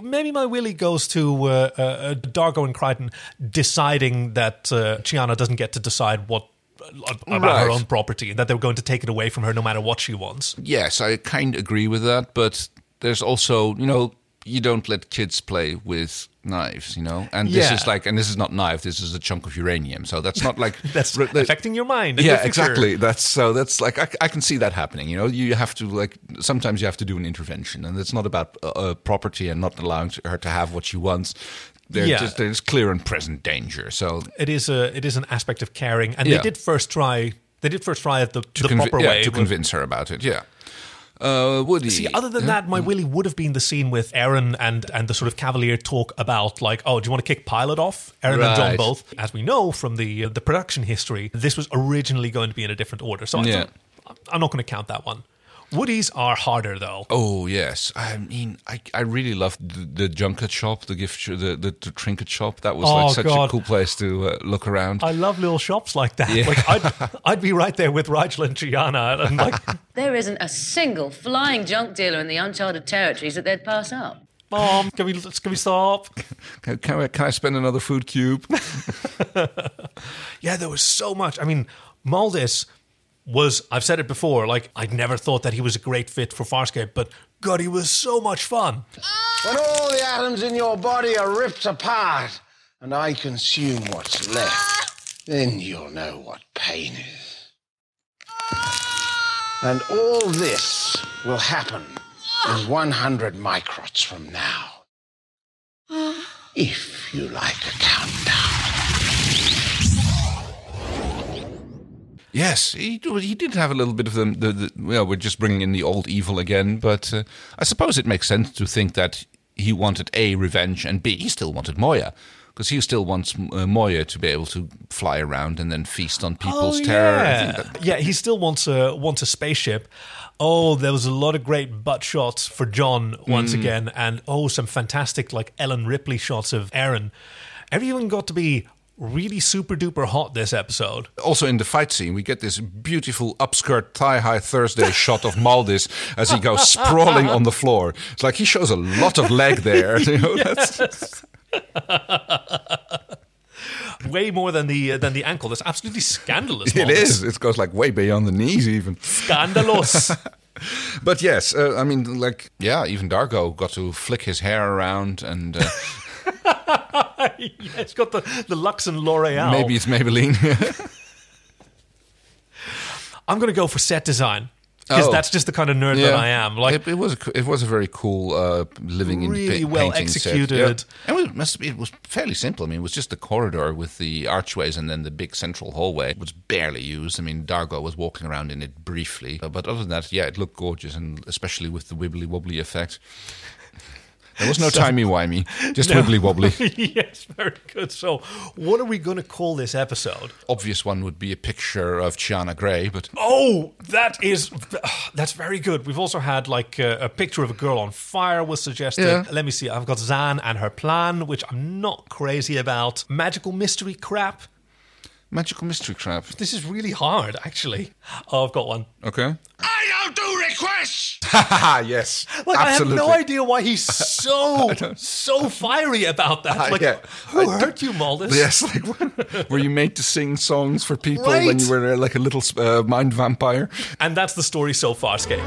S2: maybe my Willy goes to uh, uh, uh, Dargo and Crichton deciding that uh, Chiana doesn't get to decide what uh, about her
S1: Right.
S2: own property and that they're going to take it away from her no matter what she wants.
S1: yes, I kind of agree with that, but there's also, you know, you don't let kids play with knives, you know, and
S2: Yeah.
S1: this is like, and this is not knife, this is a chunk of uranium, so that's not like
S2: That's
S1: re- the-
S2: affecting your mind. and your
S1: yeah,
S2: future.
S1: exactly. That's so. That's like I, I can see that happening. You know, you have to like sometimes you have to do an intervention, and it's not about uh, uh, property and not allowing to- her to have what she wants. There's
S2: Yeah.
S1: just there's clear and present danger. So
S2: It is a it is an aspect of caring, and
S1: Yeah.
S2: they did first try. They did first try it the, the
S1: convi-
S2: proper
S1: yeah,
S2: way.
S1: to
S2: but-
S1: convince her about it. Yeah, uh, Woody.
S2: See, other than that,
S1: Mm.
S2: my Willy would have been the scene with Aaron and and the sort of cavalier talk about like, oh, do you want to kick Pilot off? Aaron and John
S1: Right.
S2: both, as we know from the uh, the production history, this was originally going to be in a different order. So I
S1: Yeah.
S2: don't- I'm not going to count that one. Woodies are harder though.
S1: Oh yes, I mean, I, I really loved the, the junket shop, the gift, sh- the, the the trinket shop. That was
S2: Oh,
S1: like such
S2: God.
S1: a cool place to uh, look around.
S2: I love little shops like that.
S1: Yeah.
S2: Like I'd, I'd be right there with Rigel and Gianna, and like,
S11: There isn't a single flying junk dealer in the uncharted territories that they'd pass up.
S2: Mom, can we can we stop?
S1: Can, can I, can I spend another food cube?
S2: Yeah, there was so much. I mean, Maldis was, I've said it before, like, I'd never thought that he was a great fit for Farscape, but God, he was so much fun.
S5: When all the atoms in your body are ripped apart, and I consume what's left.
S14: Then you'll know what pain is. And all this will happen in 100 microts from now. If you like a countdown.
S1: Yes, he, he did have a little bit of the, the, the well, we're just bringing in the old evil again, but uh, I suppose it makes sense to think that he wanted A, revenge, and B, he still wanted Moya, because he still wants uh, Moya to be able to fly around and then feast on people's
S2: Oh,
S1: terror. I
S2: Yeah.
S1: think that-
S2: yeah, he still wants a wants a spaceship. Oh, there was a lot of great butt shots for John once
S1: Mm.
S2: again, and oh, some fantastic like Ellen Ripley shots of Aaron. Everyone got to be really super duper hot this episode.
S1: also, in the fight scene, we get this beautiful upskirt thigh high Thursday shot of Maldis as he goes sprawling on the floor. It's like he shows a lot of leg there. You know, that's-
S2: Yes. Way more than the than the ankle. That's absolutely scandalous.
S1: It
S2: Marcus.
S1: is. It goes like way beyond the knees, even.
S2: Scandalos.
S1: but yes, uh, I mean, like, yeah, even Dargo got to flick his hair around, and uh,
S2: yeah, it's got the the Lux and L'Oreal.
S1: maybe it's Maybelline.
S2: I'm going to go for set design because
S1: Oh.
S2: that's just the kind of nerd that
S1: Yeah.
S2: I am. Like
S1: it, it was, a, co- it was a very cool uh, living in
S2: Really
S1: pa-
S2: well
S1: painting set.
S2: executed.
S1: Yeah. And It, must be, it was fairly simple. I mean, it was just the corridor with the archways and then the big central hallway. It was barely used. I mean, Dargo was walking around in it briefly, Uh, but other than that, yeah, it looked gorgeous, and especially with the wibbly wobbly effect. There was no
S2: So-
S1: timey wimey, just
S2: No.
S1: wibbly wobbly.
S2: yes, very good. So, what are we going to call this episode?
S1: obvious one would be a picture of Chiana Grey, but
S2: Oh, that is that's very good. We've also had like a, a picture of a girl on fire was suggested.
S1: Yeah.
S2: Let me see. I've got Zan and her plan, which I'm not crazy about. Magical mystery crap.
S1: magical mystery crap.
S2: This is really hard, actually. Oh, I've got one.
S1: Okay.
S3: Don't do requests!
S1: yes.
S2: Like
S1: absolutely.
S2: I have no idea why he's so so fiery about that.
S1: I-
S2: Like,
S1: yeah.
S2: who
S1: I
S2: hurt you, Maldus?
S1: Yes, like were you made to sing songs for people when
S2: Right.
S1: you were uh, like a little uh, mind vampire?
S2: And that's the story so far, Skate.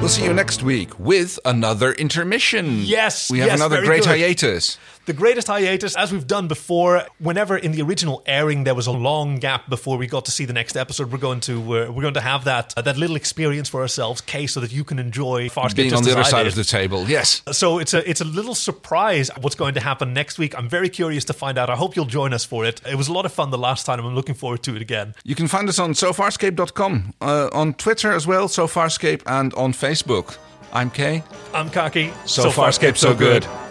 S1: We'll see you next week with another intermission.
S2: Yes,
S1: we have
S2: yes,
S1: another
S2: very
S1: great
S2: good.
S1: hiatus.
S2: The greatest hiatus, as we've done before, whenever in the original airing there was a long gap before we got to see the next episode, we're going to uh, we're going to have that uh, that little experience for ourselves, Kay, so that you can enjoy Farscape
S1: Being
S2: just
S1: on the
S2: as
S1: other
S2: I
S1: side
S2: did.
S1: of the table, yes.
S2: So it's a it's a little surprise what's going to happen next week. I'm very curious to find out. I hope you'll join us for it. It was a lot of fun the last time. I'm looking forward to it again.
S1: You can find us on sofarscape.com, uh, on Twitter as well, sofarscape, and on Facebook. I'm Kay.
S2: I'm Kaki.
S1: So, Farscape, so good.